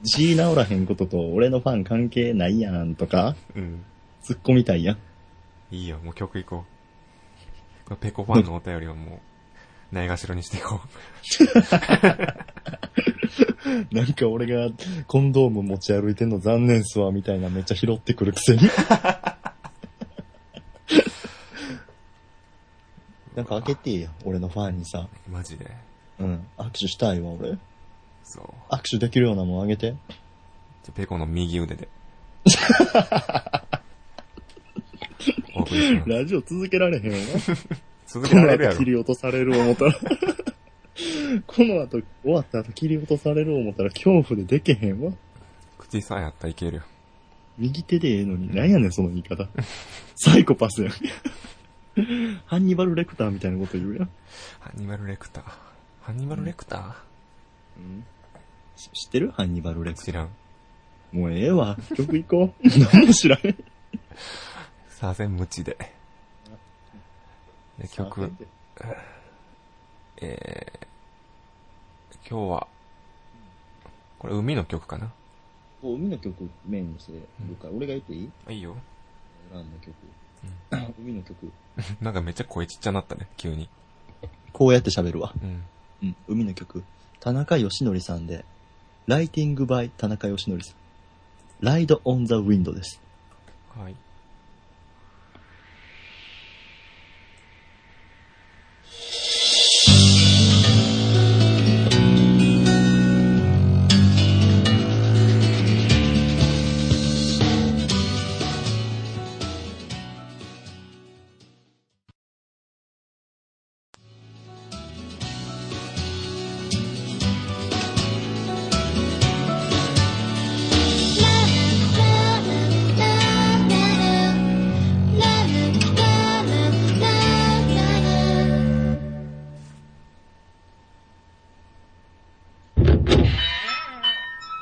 Speaker 2: 字治らへんことと、俺のファン関係ないやんとか、
Speaker 1: う。うん。
Speaker 2: 突っ込みたいやん。
Speaker 1: いいよ、もう曲行こう。これペコファンのお便りをもう、ないがしろにしていこ
Speaker 2: なんか俺がコンドーム持ち歩いてんの残念っすわ、みたいなめっちゃ拾ってくるくせに。 [LAUGHS] なんか開けてや、俺のファンにさ。
Speaker 1: う。 [LAUGHS] マジで。
Speaker 2: うん。握手したいわ、俺。
Speaker 1: そう。
Speaker 2: 握手できるようなもんあげ
Speaker 1: じ
Speaker 2: て。
Speaker 1: ゃあペコの右腕で。お送りします。
Speaker 2: ラジオ続けられへんよな。 [LAUGHS]
Speaker 1: 続
Speaker 2: こ
Speaker 1: けられる
Speaker 2: の
Speaker 1: や
Speaker 2: 後
Speaker 1: ろ
Speaker 2: 切。り落とされる思 [LAUGHS] ったら。この後、終わった後切り落とされる思ったら恐怖ででけへんわ。
Speaker 1: 口さえあったらいけるよ。
Speaker 2: 右手でええのに、なんやねん、その言い方。サイコパスやん。ハンニバル・レクターみたいなこと言うやん。
Speaker 1: ハンニバルレクター。ハンニバルレクタ
Speaker 2: し知ってるハンニバル・レ
Speaker 1: ー
Speaker 2: クタ
Speaker 1: 知らん。
Speaker 2: ー。もうええわ。曲行こう。何も知らへん。
Speaker 1: サーセン無知で。で曲、えー、今日は、これ海の曲かな
Speaker 2: お海の曲メインにしてるから、俺が言っていい
Speaker 1: あいいよ。
Speaker 2: ランの曲。海の曲。
Speaker 1: なんかめっちゃ声ちっちゃなったね、急に。
Speaker 2: こうやって喋るわ。
Speaker 1: うん。
Speaker 2: うん、海の曲。田中義則さんで、ライティングバイ田中義則さん。ライドオンザウィンドです。
Speaker 1: はい。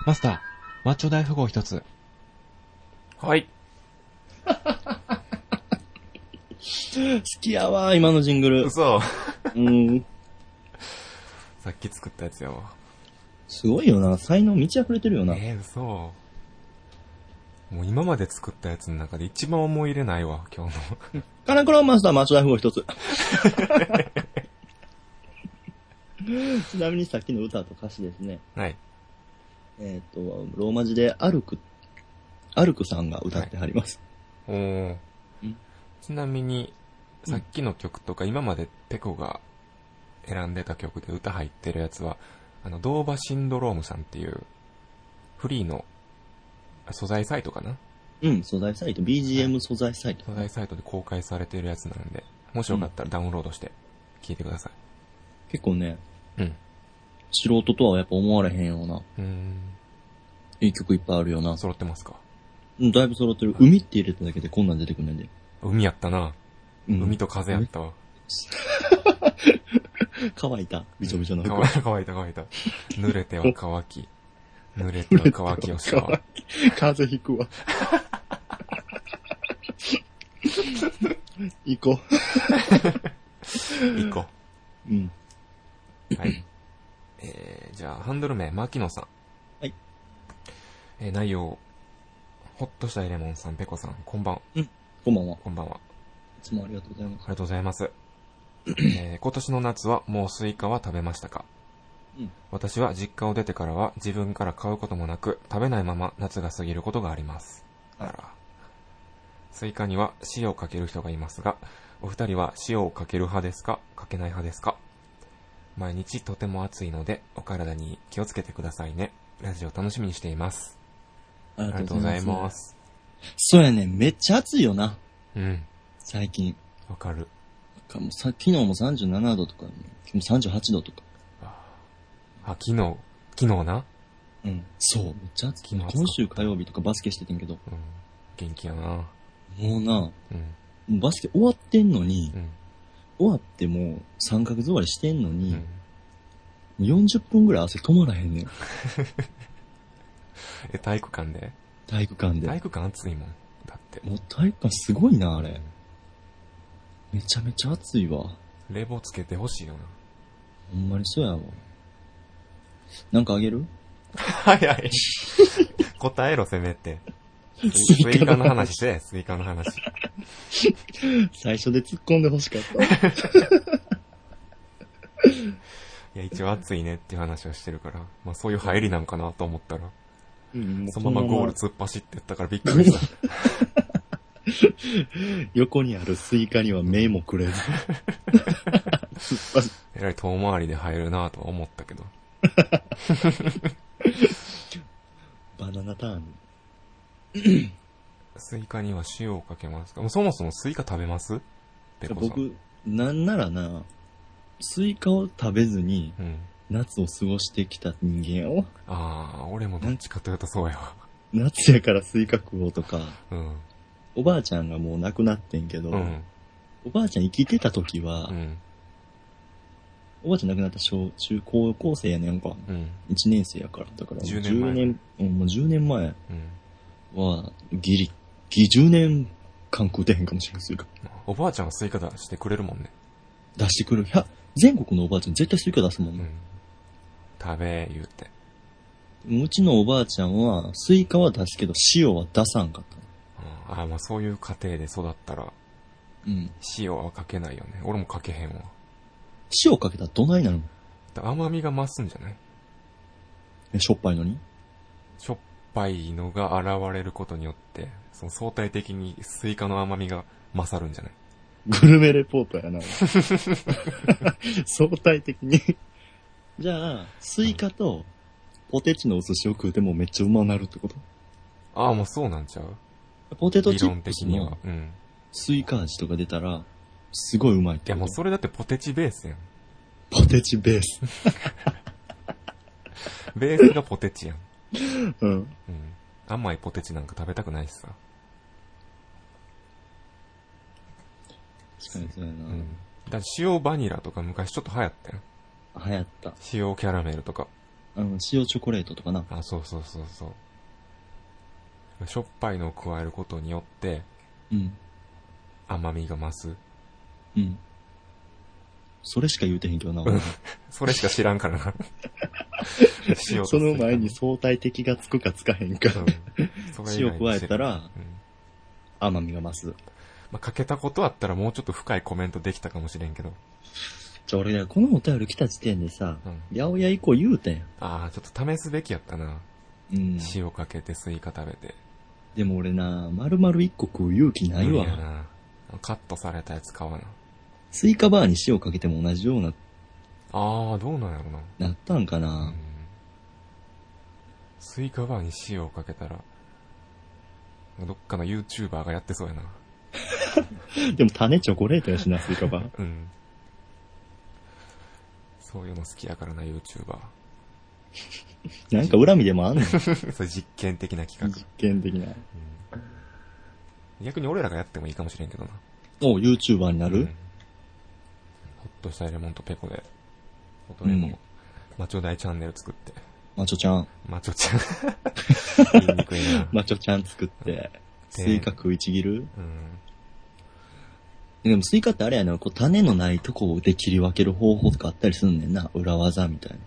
Speaker 3: マスター、マッチョ大富豪一つ。
Speaker 1: はい。
Speaker 2: 好きやわ、今のジング [LAUGHS] ル。
Speaker 1: 嘘。
Speaker 2: うん。
Speaker 1: さっき作ったやつやわ。
Speaker 2: すごいよな。才能満ち溢れてるよな。
Speaker 1: えー、嘘。もう今まで作ったやつの中で一番思い入れないわ、今日の。 [LAUGHS]
Speaker 2: カラクロマスター、マチョダフゴ一つ。ちなみにさっきの歌と歌詞ですね。
Speaker 1: はい。
Speaker 2: えっ、と、ローマ字で、アルク、アルクさんが歌ってはります。
Speaker 1: おー
Speaker 2: うん。
Speaker 1: ちなみに、さっきの曲とか、今までペコが選んでた曲で歌入ってるやつは、あの、ドーバシンドロームさんっていう、フリーの、あ素材サイトかな
Speaker 2: うん、素材サイト、BGM 素材サイト。
Speaker 1: 素材サイトで公開されてるやつなんで、もしよかったらダウンロードして聴いてくださ
Speaker 2: 結構ね、
Speaker 1: い。うん。
Speaker 2: 素人とはやっぱ思われへんような、
Speaker 1: うーん。
Speaker 2: いい曲いっぱいあるよな。
Speaker 1: 揃ってますか
Speaker 2: うん、だいぶ揃ってる。海って入れただけでこんなん出てくるねんで。
Speaker 1: 海やったな。
Speaker 2: うん
Speaker 1: 海と風やったわ。
Speaker 2: 乾いた。びちょびちょの服。
Speaker 1: 乾いた乾いた乾いた。濡れては乾き。濡れては乾きをシャワー。
Speaker 2: 風邪ひくわ。行こ
Speaker 1: 行こ
Speaker 2: う。うん。
Speaker 1: う。はい。えー、じゃあ、ハンドル名、牧野さん。
Speaker 2: はい。
Speaker 1: えー、内容。ほっとしたエレモンさん、ペコさん、こんばん、
Speaker 2: こんばんは。い
Speaker 1: こんばんは。
Speaker 2: つもありがとうございま
Speaker 1: あ
Speaker 2: す。
Speaker 1: りがとうございます。えー今年の夏はもうスイカは食べましたか、
Speaker 2: うん
Speaker 1: 私は実家を出てからは自分から買うこともなく食べないまま夏が過ぎることがあります。
Speaker 2: はい
Speaker 1: あら。スイカには塩をかける人がいますが、お二人は塩をかける派ですかかけない派ですか毎日とても暑いのでお体に気をつけてくださいね。ラジオ楽しみにしています。
Speaker 2: あ。
Speaker 1: ありがとうございますす。
Speaker 2: そうやね、めっちゃ暑いよな。
Speaker 1: うん。
Speaker 2: 最近。
Speaker 1: わかる。
Speaker 2: かもうさ昨日も37度とか、今日も38度とか。
Speaker 1: あ、昨日、昨日な
Speaker 2: うん。そう、めっちゃ暑い。
Speaker 1: 昨日暑かった
Speaker 2: 今週火曜日とかバスケしててんけど、
Speaker 1: うん。元気やな
Speaker 2: もうな、も
Speaker 1: うん。
Speaker 2: うバスケ終わってんのに
Speaker 1: う、ん。
Speaker 2: 終わっても3ヶ月終わりしてんの
Speaker 1: う
Speaker 2: に
Speaker 1: ん、
Speaker 2: 40分ぐらい汗止まらへんねん。
Speaker 1: え、体育館で
Speaker 2: 体育館で。
Speaker 1: 体育館暑いもん。だって。
Speaker 2: もう体育館すごいな、あれ。めちゃめちゃ暑いわ。
Speaker 1: 冷房つけてほしいよな。
Speaker 2: ほんまにそうやわ。なんかあげる
Speaker 1: はいはい。 [LAUGHS] 答えろ、せめて。ス
Speaker 2: スイカ
Speaker 1: イカの
Speaker 2: の話
Speaker 1: 話して、スイカの話。
Speaker 2: 最初で突っ込んで欲しかった。
Speaker 1: いや、一応暑いねっていう話をしてるから、まあそういう入りなんかなと思ったら、
Speaker 2: [LAUGHS] うん
Speaker 1: そのままゴール突っ走ってったからびっくりした。
Speaker 2: 横にあるスイカには目も [LAUGHS] くれず。突っ走っ
Speaker 1: えらい遠回りで入るなとは思ったけど。
Speaker 2: バナナターン。
Speaker 1: スイカには塩をかけますかもうそもそもスイカ食べますペコさん。
Speaker 2: 僕、なんならな、スイカを食べずに
Speaker 1: うん。
Speaker 2: 夏を過ごしてきた人間やわ。
Speaker 1: ああ、俺もどっちかというとそうやわ。
Speaker 2: 夏やからスイカ食おうとか、
Speaker 1: うん。
Speaker 2: おばあちゃんがもう亡くなってんけど、
Speaker 1: うん。
Speaker 2: おばあちゃん生きてた時は、
Speaker 1: うん。
Speaker 2: おばあちゃん亡くなった小中高校生やねんか。
Speaker 1: うん。
Speaker 2: 1年生やから。だから、
Speaker 1: 10年前
Speaker 2: 10うんもう10年前
Speaker 1: うん。
Speaker 2: は、ギリ、ギリ10年間食うてへんかもしれん、スイカ。
Speaker 1: おばあちゃんがスイカ出してくれるもんね。
Speaker 2: 出してくる。いや、全国のおばあちゃん絶対スイカ出すもん
Speaker 1: う
Speaker 2: ね。
Speaker 1: ん。食べ、言うて。
Speaker 2: うちのおばあちゃんは、スイカは出すけど、塩は出さんかった。
Speaker 1: うんああ、まあそういう家庭で育ったら、
Speaker 2: うん。
Speaker 1: 塩はかけないよね。俺もかけへんわ。
Speaker 2: 塩かけたらどないなるの
Speaker 1: だ甘みが増すんじゃない
Speaker 2: えしょっぱいのに
Speaker 1: しょっぱいのが現れることによって、その相対的にスイカの甘みが勝るんじゃない
Speaker 2: [LAUGHS] グルメレポートや [LAUGHS] な。相対的に。じゃあ、スイカと、ポテチのお寿司を食うてもめっちゃうまなるってこと
Speaker 1: ああ、もうそうなんちゃう
Speaker 2: ポテト
Speaker 1: 理
Speaker 2: チッ
Speaker 1: 論
Speaker 2: プス
Speaker 1: 的には
Speaker 2: の。
Speaker 1: うん。
Speaker 2: スイカ味とか出たら、すごいうまいっ
Speaker 1: い
Speaker 2: て
Speaker 1: や
Speaker 2: こ
Speaker 1: もう
Speaker 2: と。
Speaker 1: それだってポテチベースやん。
Speaker 2: ポテチベ
Speaker 1: [LAUGHS]
Speaker 2: ース。
Speaker 1: ベースがポテチやん。
Speaker 2: うん。
Speaker 1: うん。甘いポテチなんか食べたくないしさ。
Speaker 2: 確かにそうやな。
Speaker 1: うん。だから塩バニラとか昔ちょっと流行ったよ。
Speaker 2: 流行った。
Speaker 1: 塩キャラメルとか。
Speaker 2: あの、塩チョコレートとかな。
Speaker 1: あ、そうそうそうそう。しょっぱいのを加えることによって
Speaker 2: うん。
Speaker 1: 甘みが増す。
Speaker 2: うん。それしか言うてへんけどな、
Speaker 1: んそれしか知らんからな。
Speaker 2: [LAUGHS]
Speaker 1: 塩と
Speaker 2: その前に相対的がつくかつかへんか
Speaker 1: スイ。カ、うんそれ以
Speaker 2: 塩
Speaker 1: 外に
Speaker 2: 加えたら、
Speaker 1: うん
Speaker 2: 甘みが増す。
Speaker 1: まあ、かけたことあったらもうちょっと深いコメントできたかもしれんけど。
Speaker 2: じゃあ俺ね、このお便り来た時点でさ、
Speaker 1: うん、
Speaker 2: 八百屋以降言うてん。
Speaker 1: ああ、ちょっと試すべきやったな。
Speaker 2: うん
Speaker 1: 塩かけてスイカ食べて。
Speaker 2: でも俺な、丸々一個食う勇気ない
Speaker 1: 無理や
Speaker 2: わ。
Speaker 1: な。カットされたやつ買わな。
Speaker 2: スイカバーに塩かけても同じような、
Speaker 1: ああ、どうなんやろな。
Speaker 2: なったんか
Speaker 1: う。
Speaker 2: なん
Speaker 1: スイカバーに塩をかけたら、どっかの YouTuber がやってそうやな。
Speaker 2: でも種チョコレートやしな、スイカバー。
Speaker 1: うん。そういうの好きやからな、YouTuber。
Speaker 2: [LAUGHS] なんか恨みでもあんの
Speaker 1: それ実験的な企画
Speaker 2: 実。験的な。
Speaker 1: うん逆に俺らがやってもいいかもしれんけどな。
Speaker 2: おう、YouTuber にな
Speaker 1: うん
Speaker 2: る
Speaker 1: ほっとしたレモンとペコで乙女も、
Speaker 2: うん
Speaker 1: マチョ大チャンネル作って。
Speaker 2: マチョちゃん、
Speaker 1: マチョち
Speaker 2: [LAUGHS]
Speaker 1: ゃん。 [LAUGHS] 言いにくいな。
Speaker 2: マチョちゃん作って、
Speaker 1: で
Speaker 2: スイカ食いちぎる
Speaker 1: うん。
Speaker 2: でもスイカってあれやな、こう種のないとこで切り分ける方法とかあったりすんねんな。裏技みたいな。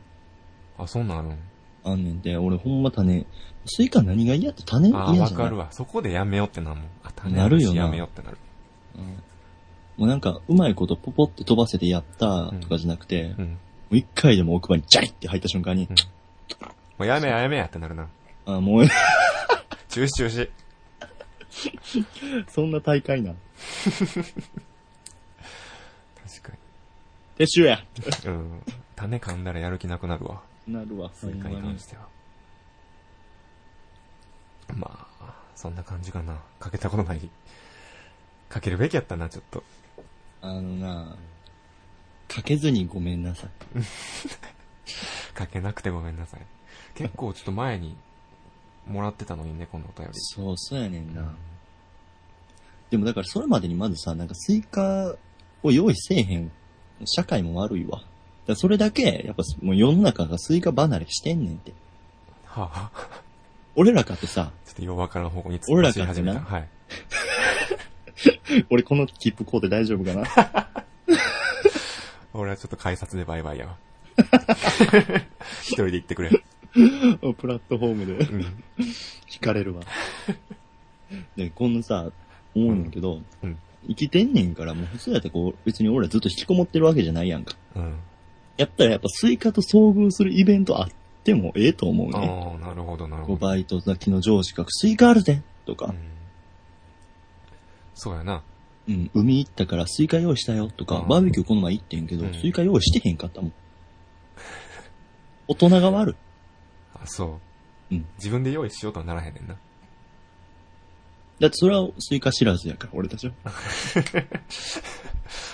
Speaker 1: あ、そんなんあるん
Speaker 2: あんねんで、俺ほんま種、スイカ何が嫌って種嫌じゃ
Speaker 1: あ、
Speaker 2: ない
Speaker 1: わかるわ。そこでやめようってなるもん。あ、種
Speaker 2: なるよな
Speaker 1: やめようってなる。
Speaker 2: うんもうなんか、うまいことポポって飛ばせてやったとかじゃなくて、
Speaker 1: う
Speaker 2: も
Speaker 1: ん。も
Speaker 2: う一回でも奥歯にジャリって入った瞬間に、
Speaker 1: うんうやめややめやってなるな。
Speaker 2: あ、もう、 [LAUGHS]
Speaker 1: 中止中止。
Speaker 2: そんな大会な。
Speaker 1: 確か
Speaker 2: 撤収や [LAUGHS]
Speaker 1: に。うん。種噛んだらやる気なくなるわ。
Speaker 2: なるわ、
Speaker 1: スイカに関しては。まあ、そんな感じかな。かけたことない。かけるべきやったな、ちょっと。
Speaker 2: あのな、かけずにごめんなさい。
Speaker 1: かけなくてごめんなさい。結構ちょっと前にもらってたのにね、このお便り。
Speaker 2: そう、そうやねんな。でもだからそれまでにまずさ、なんかスイカを用意せえへん。社会も悪いわ。だからそれだけ、やっぱもう世の中がスイカ離れしてんねんって。
Speaker 1: はあ、
Speaker 2: 俺らかってさ、 [LAUGHS]
Speaker 1: ちょっと弱からん方向に突っ
Speaker 2: 俺ら
Speaker 1: 走り始めた。はい。
Speaker 2: 俺この切符買うて大丈夫かな
Speaker 1: 俺はちょっと改札でバイバイや [LAUGHS] わ。一人で行ってくれ。
Speaker 2: [LAUGHS] プラットフォームで
Speaker 1: うん。
Speaker 2: 惹かれ [LAUGHS] るわ。で、このさ、思うんだけど、
Speaker 1: うんうん
Speaker 2: 生きてんねんから、もう普通やったらこう、別に俺らずっと引きこもってるわけじゃないやんか。
Speaker 1: うん。
Speaker 2: やったらやっぱスイカと遭遇するイベントあってもええと思う
Speaker 1: あ
Speaker 2: ね。
Speaker 1: あ、なるほど、なる
Speaker 2: こう
Speaker 1: ほど。
Speaker 2: バイト先の上司がスイカあるぜと
Speaker 1: う
Speaker 2: か、
Speaker 1: ん、そうやな。
Speaker 2: うん、海行ったからスイカ用意したよとか、
Speaker 1: うん
Speaker 2: バーベキューこの前行ってんけど、
Speaker 1: うん
Speaker 2: スイカ用意してへんかったもん。大人が悪い。
Speaker 1: あ、そう。
Speaker 2: うん
Speaker 1: 自分で用意しようとはならへんねんな。
Speaker 2: だってそれはスイカ知らずやから、俺たちは。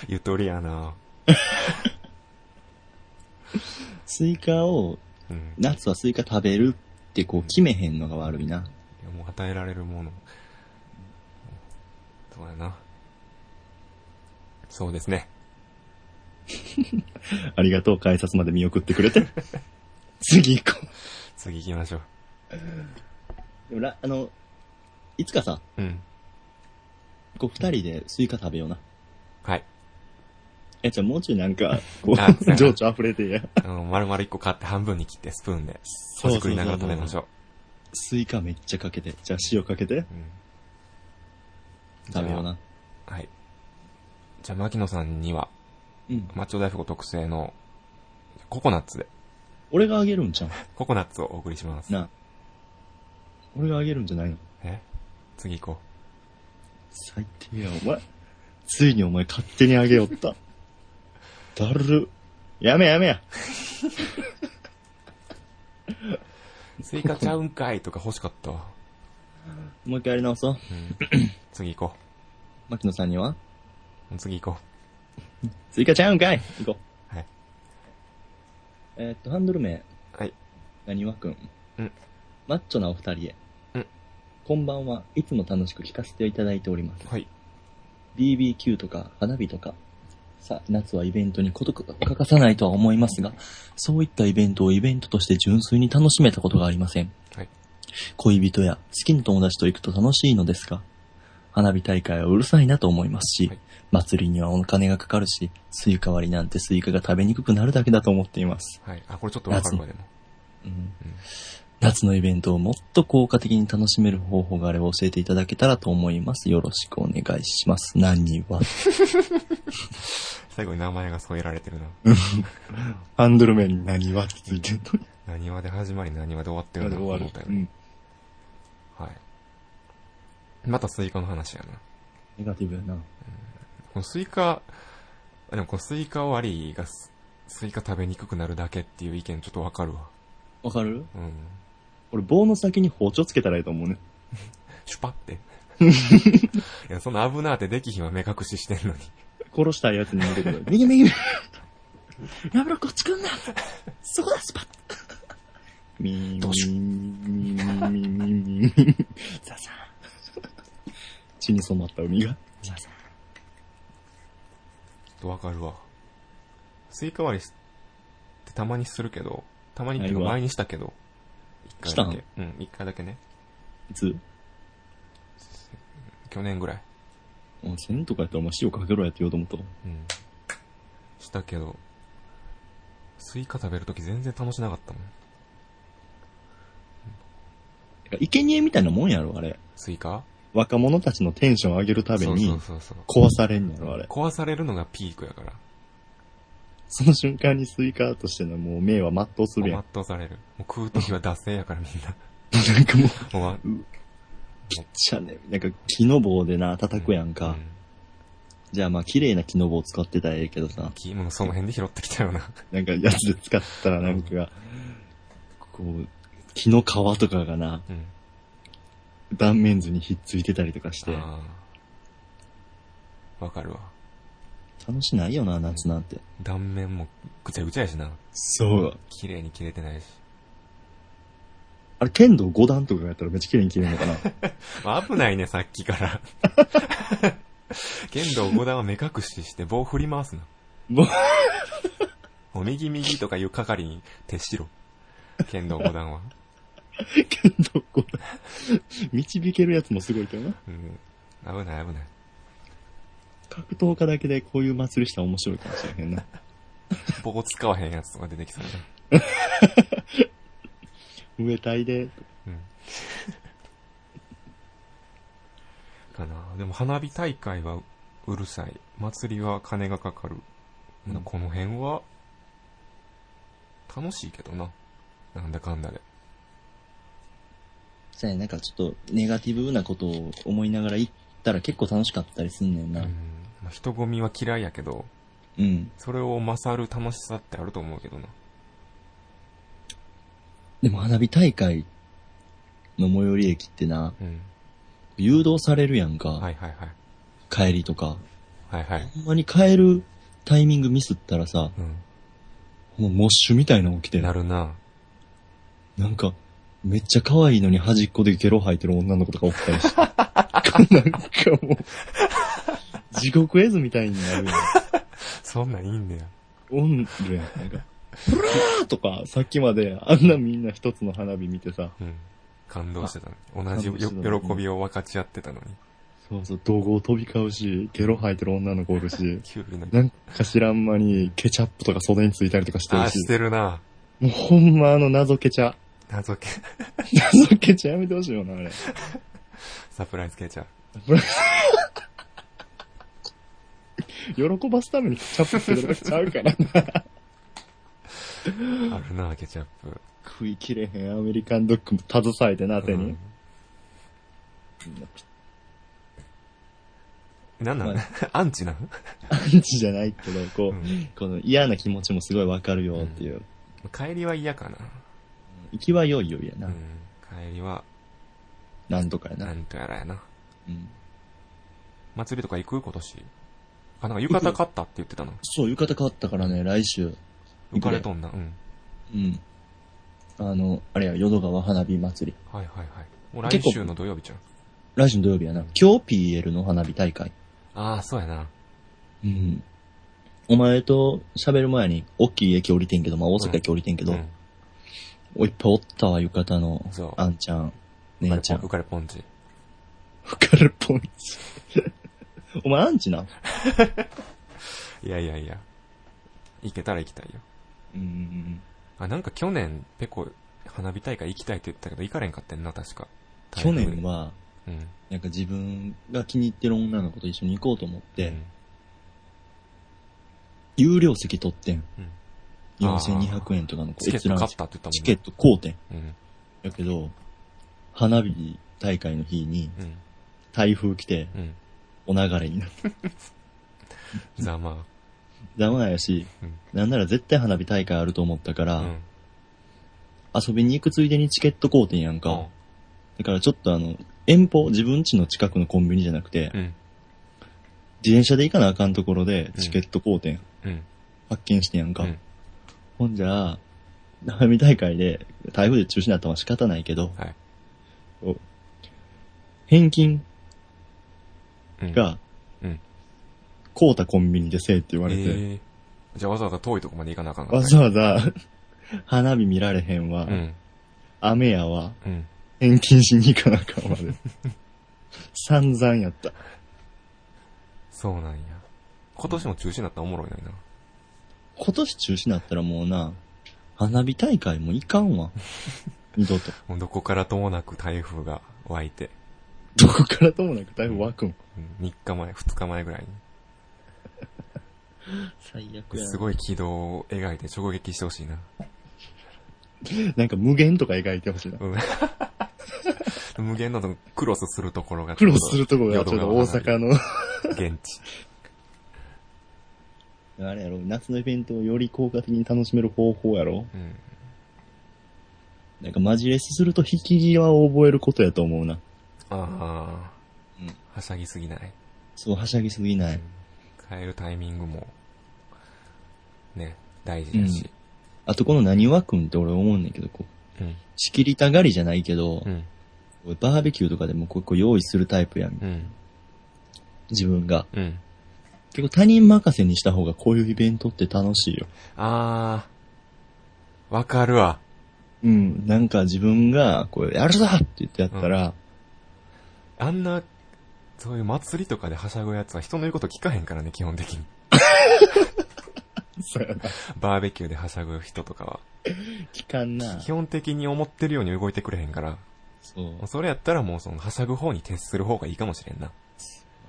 Speaker 1: ゆとりやな。
Speaker 2: スイカを、
Speaker 1: うん。い
Speaker 2: 夏はスイカ食べるってこう決めへんのが悪いな。
Speaker 1: やもう与えられるもの。そうやな。そうですね。
Speaker 2: ありがとう、改札まで見送ってく
Speaker 1: [LAUGHS]
Speaker 2: れて。次行こ
Speaker 1: 次行きましょう。
Speaker 2: う。でもらあの、いつかさ、
Speaker 1: うん。
Speaker 2: こう二人でスイカ食べような。
Speaker 1: はい。
Speaker 2: え、じゃあもうちょいなん [LAUGHS] か、こ
Speaker 1: あそうや
Speaker 2: う、
Speaker 1: な
Speaker 2: 情緒溢れてや。
Speaker 1: あの、丸々一個買って半分に切ってスプーンで、ほじくりながら食べまし
Speaker 2: ょう。
Speaker 1: ょ
Speaker 2: スイカめっちゃかけて、じゃあ塩かけ
Speaker 1: う。
Speaker 2: て、
Speaker 1: うん。
Speaker 2: 食べような。
Speaker 1: はい。じゃあ、牧野さんには、
Speaker 2: うん。
Speaker 1: マッチョ大富豪特製の、ココナッツで、
Speaker 2: 俺があげるんじゃん。 [LAUGHS]
Speaker 1: ココナッツをお送りします。
Speaker 2: なあ俺があげるんじゃないの
Speaker 1: え次行こ
Speaker 2: 最低や、お前。ついにお前勝手にあげよった。だる。やめやめや。
Speaker 1: う。スイカちゃうんかいとか欲しかったわ。
Speaker 2: もう一回やり直そう。
Speaker 1: うん。次行こ
Speaker 2: 牧野さんには
Speaker 1: う。次行こ
Speaker 2: スイカちゃうんかい行こう。
Speaker 1: はい。
Speaker 2: えーっと、ハンドル名。
Speaker 1: はい。
Speaker 2: 何わくん。
Speaker 1: うん。
Speaker 2: マッチョなお二人へ。
Speaker 1: うん。
Speaker 2: こんばんは。いつも楽しく聞かせていただいております
Speaker 1: う。。はい。
Speaker 2: BBQ とか花火とか。さ、夏はイベントにことか欠かさないとは思いますが、そういったイベントをイベントとして純粋に楽しめたことがありません。
Speaker 1: はい。
Speaker 2: 恋人や好きな友達と行くと楽しいのですが、花火大会はうるさいなと思いますし、
Speaker 1: はい
Speaker 2: 祭りにはお金がかかるし、スイカ割りなんてスイカが食べにくくなるだけだと思っています。
Speaker 1: はい。あ、これちょっとわかるわ、でも。
Speaker 2: うん夏のイベントをもっと効果的に楽しめる方法があれば教えていただけたらと思います。よろしくお願いします。何は。
Speaker 1: 最後に名前が添えられてるな。
Speaker 2: ハンドル名に何はってついてる
Speaker 1: 何話で始まり、何話で終わってるんだと思ったよ
Speaker 2: う
Speaker 1: ね。
Speaker 2: ん。
Speaker 1: はい。またスイカの話やな。
Speaker 2: ネガティブやな。
Speaker 1: このスイカ、あでもこのスイカ割りがス、スイカ食べにくくなるだけっていう意見ちょっとわかるわ。
Speaker 2: わかる
Speaker 1: うん。
Speaker 2: 俺棒の先に包丁つけたらいいと思うね。
Speaker 1: シュパ
Speaker 2: [LAUGHS]
Speaker 1: って。いや、その危なーってできひんは目隠ししてんのに。
Speaker 2: 殺したいやつに向けてる。 [LAUGHS] 右右やめろ、こっち来んなそこだ、スパッみー
Speaker 1: どうしよ
Speaker 2: みーみーみーみーみーザザ血に染まった海が。ザザ
Speaker 1: ちょっとわかるわ。スイカ割りしたまにするけど、たまにっていうか
Speaker 2: ないわ
Speaker 1: 前にしたけど。一回だけ。うん、一回だけね。
Speaker 2: いつ
Speaker 1: 去年ぐらい。
Speaker 2: あ、せんとかやったらお前塩かけろやって言おうと思ったわ
Speaker 1: うん。したけど、スイカ食べるとき全然楽しなかったもん。
Speaker 2: てか生贄みたいなもんやろ、あれ。
Speaker 1: スイカ
Speaker 2: 若者たちのテンション上げるため
Speaker 1: そう
Speaker 2: に
Speaker 1: そうそうそう。
Speaker 2: 壊されんやろ、あれ。
Speaker 1: 壊されるのがピークやから。
Speaker 2: その瞬間にスイカとしてのもう命は全うするやん
Speaker 1: もう。全うされる。もう食うときは惰性やからみんな。
Speaker 2: なんかもう、
Speaker 1: もうわ
Speaker 2: きっちゃね、 [LAUGHS] なんか木の棒でな、叩くやんか。
Speaker 1: うん
Speaker 2: じゃあまあ綺麗な木の棒使ってたらええけ
Speaker 1: [LAUGHS]
Speaker 2: どさ、
Speaker 1: きもうその辺で拾ってきたよな。
Speaker 2: なんかやつで使ったらなんか、こう、木の皮とかがな、
Speaker 1: うん。
Speaker 2: 断面図にひっついてたりとかして、
Speaker 1: ああ。わかるわ。
Speaker 2: 楽しないよな、夏なんて。
Speaker 1: 断面もぐちゃぐちゃやしな。
Speaker 2: そう。
Speaker 1: 綺麗に切れてないし。
Speaker 2: あれ、剣道5段とかやったらめっちゃ綺麗に切れるのかな
Speaker 1: まあ危ないね、さ [LAUGHS] っきから。剣道五段は目隠しして棒振り回すな。
Speaker 2: もう、
Speaker 1: もう右右とかいう係に徹しろ。剣道五段は。
Speaker 2: 剣道5段。 [LAUGHS] 導けるやつもすごいけどな。
Speaker 1: うん。危ない危ない。
Speaker 2: 格闘家だけでこういう祭りしたら面白いかもしれへんな。
Speaker 1: 棒使わへんやつとか出てきそうね。
Speaker 2: 植えたいで、
Speaker 1: うん。かなでも花火大会はうるさい。祭りは金がかかる。
Speaker 2: うん
Speaker 1: この辺は、楽しいけどな。なんだかんだで。
Speaker 2: さあ、なんかちょっとネガティブなことを思いながら行ったら結構楽しかったりすんねん
Speaker 1: う
Speaker 2: な。
Speaker 1: ん。まあ人混みは嫌いやけど、
Speaker 2: うん。
Speaker 1: それを勝る楽しさってあると思うけどな。
Speaker 2: でも花火大会の最寄り駅ってな、
Speaker 1: うん。
Speaker 2: 誘導されるやんか、
Speaker 1: はいはいはい。
Speaker 2: 帰りとか。
Speaker 1: はいはい。
Speaker 2: ほんまに帰るタイミングミスったらさ、
Speaker 1: う
Speaker 2: もうモッシュみたいなの起きて
Speaker 1: ん。なるな。
Speaker 2: なんか、めっちゃ可愛いのに端っこでゲロ吐いてる女の子とかおった
Speaker 1: [LAUGHS]
Speaker 2: りして。なんかもう、地獄絵図みたいになるやん。
Speaker 1: そんなんいいんだよ。
Speaker 2: おんるやん。なんか、ブラーとか、さっきまであんなみんな一つの花火見てさ、
Speaker 1: うん。感動してたの同じよ
Speaker 2: 感動してたの
Speaker 1: 喜びを分かち合ってたのに。
Speaker 2: そうそう、道具を飛び交うし、ゲロ吐いてる女の子おるし、
Speaker 1: キュウリの。
Speaker 2: なんか知らん間にケチャップとか袖についたりとかして
Speaker 1: あ
Speaker 2: る
Speaker 1: ー、
Speaker 2: し
Speaker 1: し、てるな。
Speaker 2: もうほんまあの謎ケチャ。
Speaker 1: 謎け、 [LAUGHS]
Speaker 2: 謎ケチャやめてほしいよな、あれ。
Speaker 1: サプライズ系ちゃう。
Speaker 2: 喜ばすためにケチャップつけてるだけちゃうからな。
Speaker 1: あるな、ケチャップ。
Speaker 2: 食い切れへんアメリカンドッグも携えてな、手
Speaker 1: う
Speaker 2: に
Speaker 1: ん。なんなん、
Speaker 2: ま
Speaker 1: [LAUGHS] アンチなん
Speaker 2: アンチじゃないけど、こ
Speaker 1: う
Speaker 2: う、
Speaker 1: ん
Speaker 2: この嫌な気持ちもすごいわかるよっていう。
Speaker 1: 帰りは嫌かな。
Speaker 2: 行きは良いよや
Speaker 1: う
Speaker 2: な。
Speaker 1: ん。帰りは、
Speaker 2: なんとかや
Speaker 1: な
Speaker 2: な。
Speaker 1: んとやらやな。
Speaker 2: うん
Speaker 1: 祭りとか行く今年。あ、なんか浴衣買ったって言ってたの。
Speaker 2: そう、浴衣変わったからね、来週。
Speaker 1: 浮かれとんな。うん。
Speaker 2: うん。あの、あれや、淀川花火祭り。
Speaker 1: はいはいはい。もう来週の土曜日ちゃう。
Speaker 2: 来週の土曜日やな。今日 PL の花火大会。
Speaker 1: ああ、そうやな。
Speaker 2: うん。お前と喋る前に、大きい駅降りてんけど、まあ大阪駅降りてんけど、
Speaker 1: うん。
Speaker 2: おいっぱいおったわ、浴衣の、
Speaker 1: そう
Speaker 2: あんちゃん、姉ちゃん。
Speaker 1: 浮かれポンチ。
Speaker 2: ふかるポンチ。 [LAUGHS] お前アンチな。
Speaker 1: いやいやいや。行けたら行きたいよ。
Speaker 2: うん。
Speaker 1: あ、なんか去年、ペコ、花火大会行きたいって言ってたけど、行かれんかってんな、確か。
Speaker 2: 去年は、
Speaker 1: うん。
Speaker 2: なんか自分が気に入ってる女の子と一緒に行こうと思って、
Speaker 1: うん
Speaker 2: 有料席取ってん。
Speaker 1: うん
Speaker 2: 4200円とかの
Speaker 1: チケット買ったって言ったもんね。
Speaker 2: チケット買うてん。
Speaker 1: うん。
Speaker 2: やけど、花火大会の日に
Speaker 1: うん。
Speaker 2: 台風来て、
Speaker 1: うん。
Speaker 2: お流れになる。
Speaker 1: ざま
Speaker 2: ダメやし、
Speaker 1: うん
Speaker 2: なんなら絶対花火大会あると思ったから、
Speaker 1: あ。うん。
Speaker 2: 遊びに行くついでにチケット買うてんやんか。
Speaker 1: うん
Speaker 2: だからちょっとあの、遠方、自分家の近くのコンビニじゃなくて、
Speaker 1: うん。
Speaker 2: 自転車で行かなあかんところでチケット買うてん。
Speaker 1: うん。
Speaker 2: 発見してんやんか。
Speaker 1: うん
Speaker 2: ほんじゃあ、花火大会で、台風で中止になったのは仕方ないけど、
Speaker 1: はい
Speaker 2: お返金
Speaker 1: うん。
Speaker 2: が、
Speaker 1: うん
Speaker 2: 買うたコンビニでせえって言わ
Speaker 1: え
Speaker 2: れて、
Speaker 1: ーじゃあわざわざ遠いとこまで行かなあかんか
Speaker 2: わ
Speaker 1: った
Speaker 2: ざわざ、 [LAUGHS] 花火見られへんわ、
Speaker 1: うん。
Speaker 2: 雨やわ、
Speaker 1: うん。
Speaker 2: 返金しに行かなあかんわで。散々やった。
Speaker 1: そうなんや。今年も中止になったらおもろいのにな。
Speaker 2: 今年中止になったらもうな、花火大会もいか [LAUGHS] んわ。二度と。
Speaker 1: もうどこからともなく台風が湧いて、
Speaker 2: どこからともなくだいぶ湧くん。
Speaker 1: うん、3日前、2日前ぐらいに。
Speaker 2: 最悪
Speaker 1: すごい軌道を描いて直撃してほしいな。
Speaker 2: なんか無限とか描いてほしいな。 [LAUGHS]
Speaker 1: うん無限なのクロスするところが。
Speaker 2: 苦労するとこがちょっと大
Speaker 1: の。
Speaker 2: 阪の。 [LAUGHS]
Speaker 1: 現地。
Speaker 2: あれやろ、夏のイベントをより効果的に楽しめる方法やろ。
Speaker 1: うん。
Speaker 2: なんかマジレスすると引き際を覚えることやと思うな。
Speaker 1: あ
Speaker 2: うん
Speaker 1: あ。はしゃぎすぎない。
Speaker 2: そう、はしゃぎすぎない。
Speaker 1: 変えるタイミングも、ね、大事だし。
Speaker 2: あとこの何わくんって俺思うねんだけど、こう、
Speaker 1: うん。
Speaker 2: 仕切りたがりじゃないけど
Speaker 1: う、ん。
Speaker 2: バーベキューとかでもこうこう用意するタイプやん。
Speaker 1: うん。
Speaker 2: 自分が。
Speaker 1: うん。
Speaker 2: 結構他人任せにした方がこういうイベントって楽しいよ。
Speaker 1: あー。わかるわ。
Speaker 2: うん。なんか自分が、こう、やるぞって言ってやったら、
Speaker 1: あんな、そういう祭りとかではしゃぐやつは人の言うこと聞かへんからね、基本的に。
Speaker 2: そうやな
Speaker 1: バーベキューではしゃぐ人とか
Speaker 2: 聞かん
Speaker 1: は。
Speaker 2: な
Speaker 1: 基。本的に思ってるように動いてくれへんから。
Speaker 2: そう
Speaker 1: もう。それやったらもうその、はしゃぐ方に徹する方がいいかもしれんな。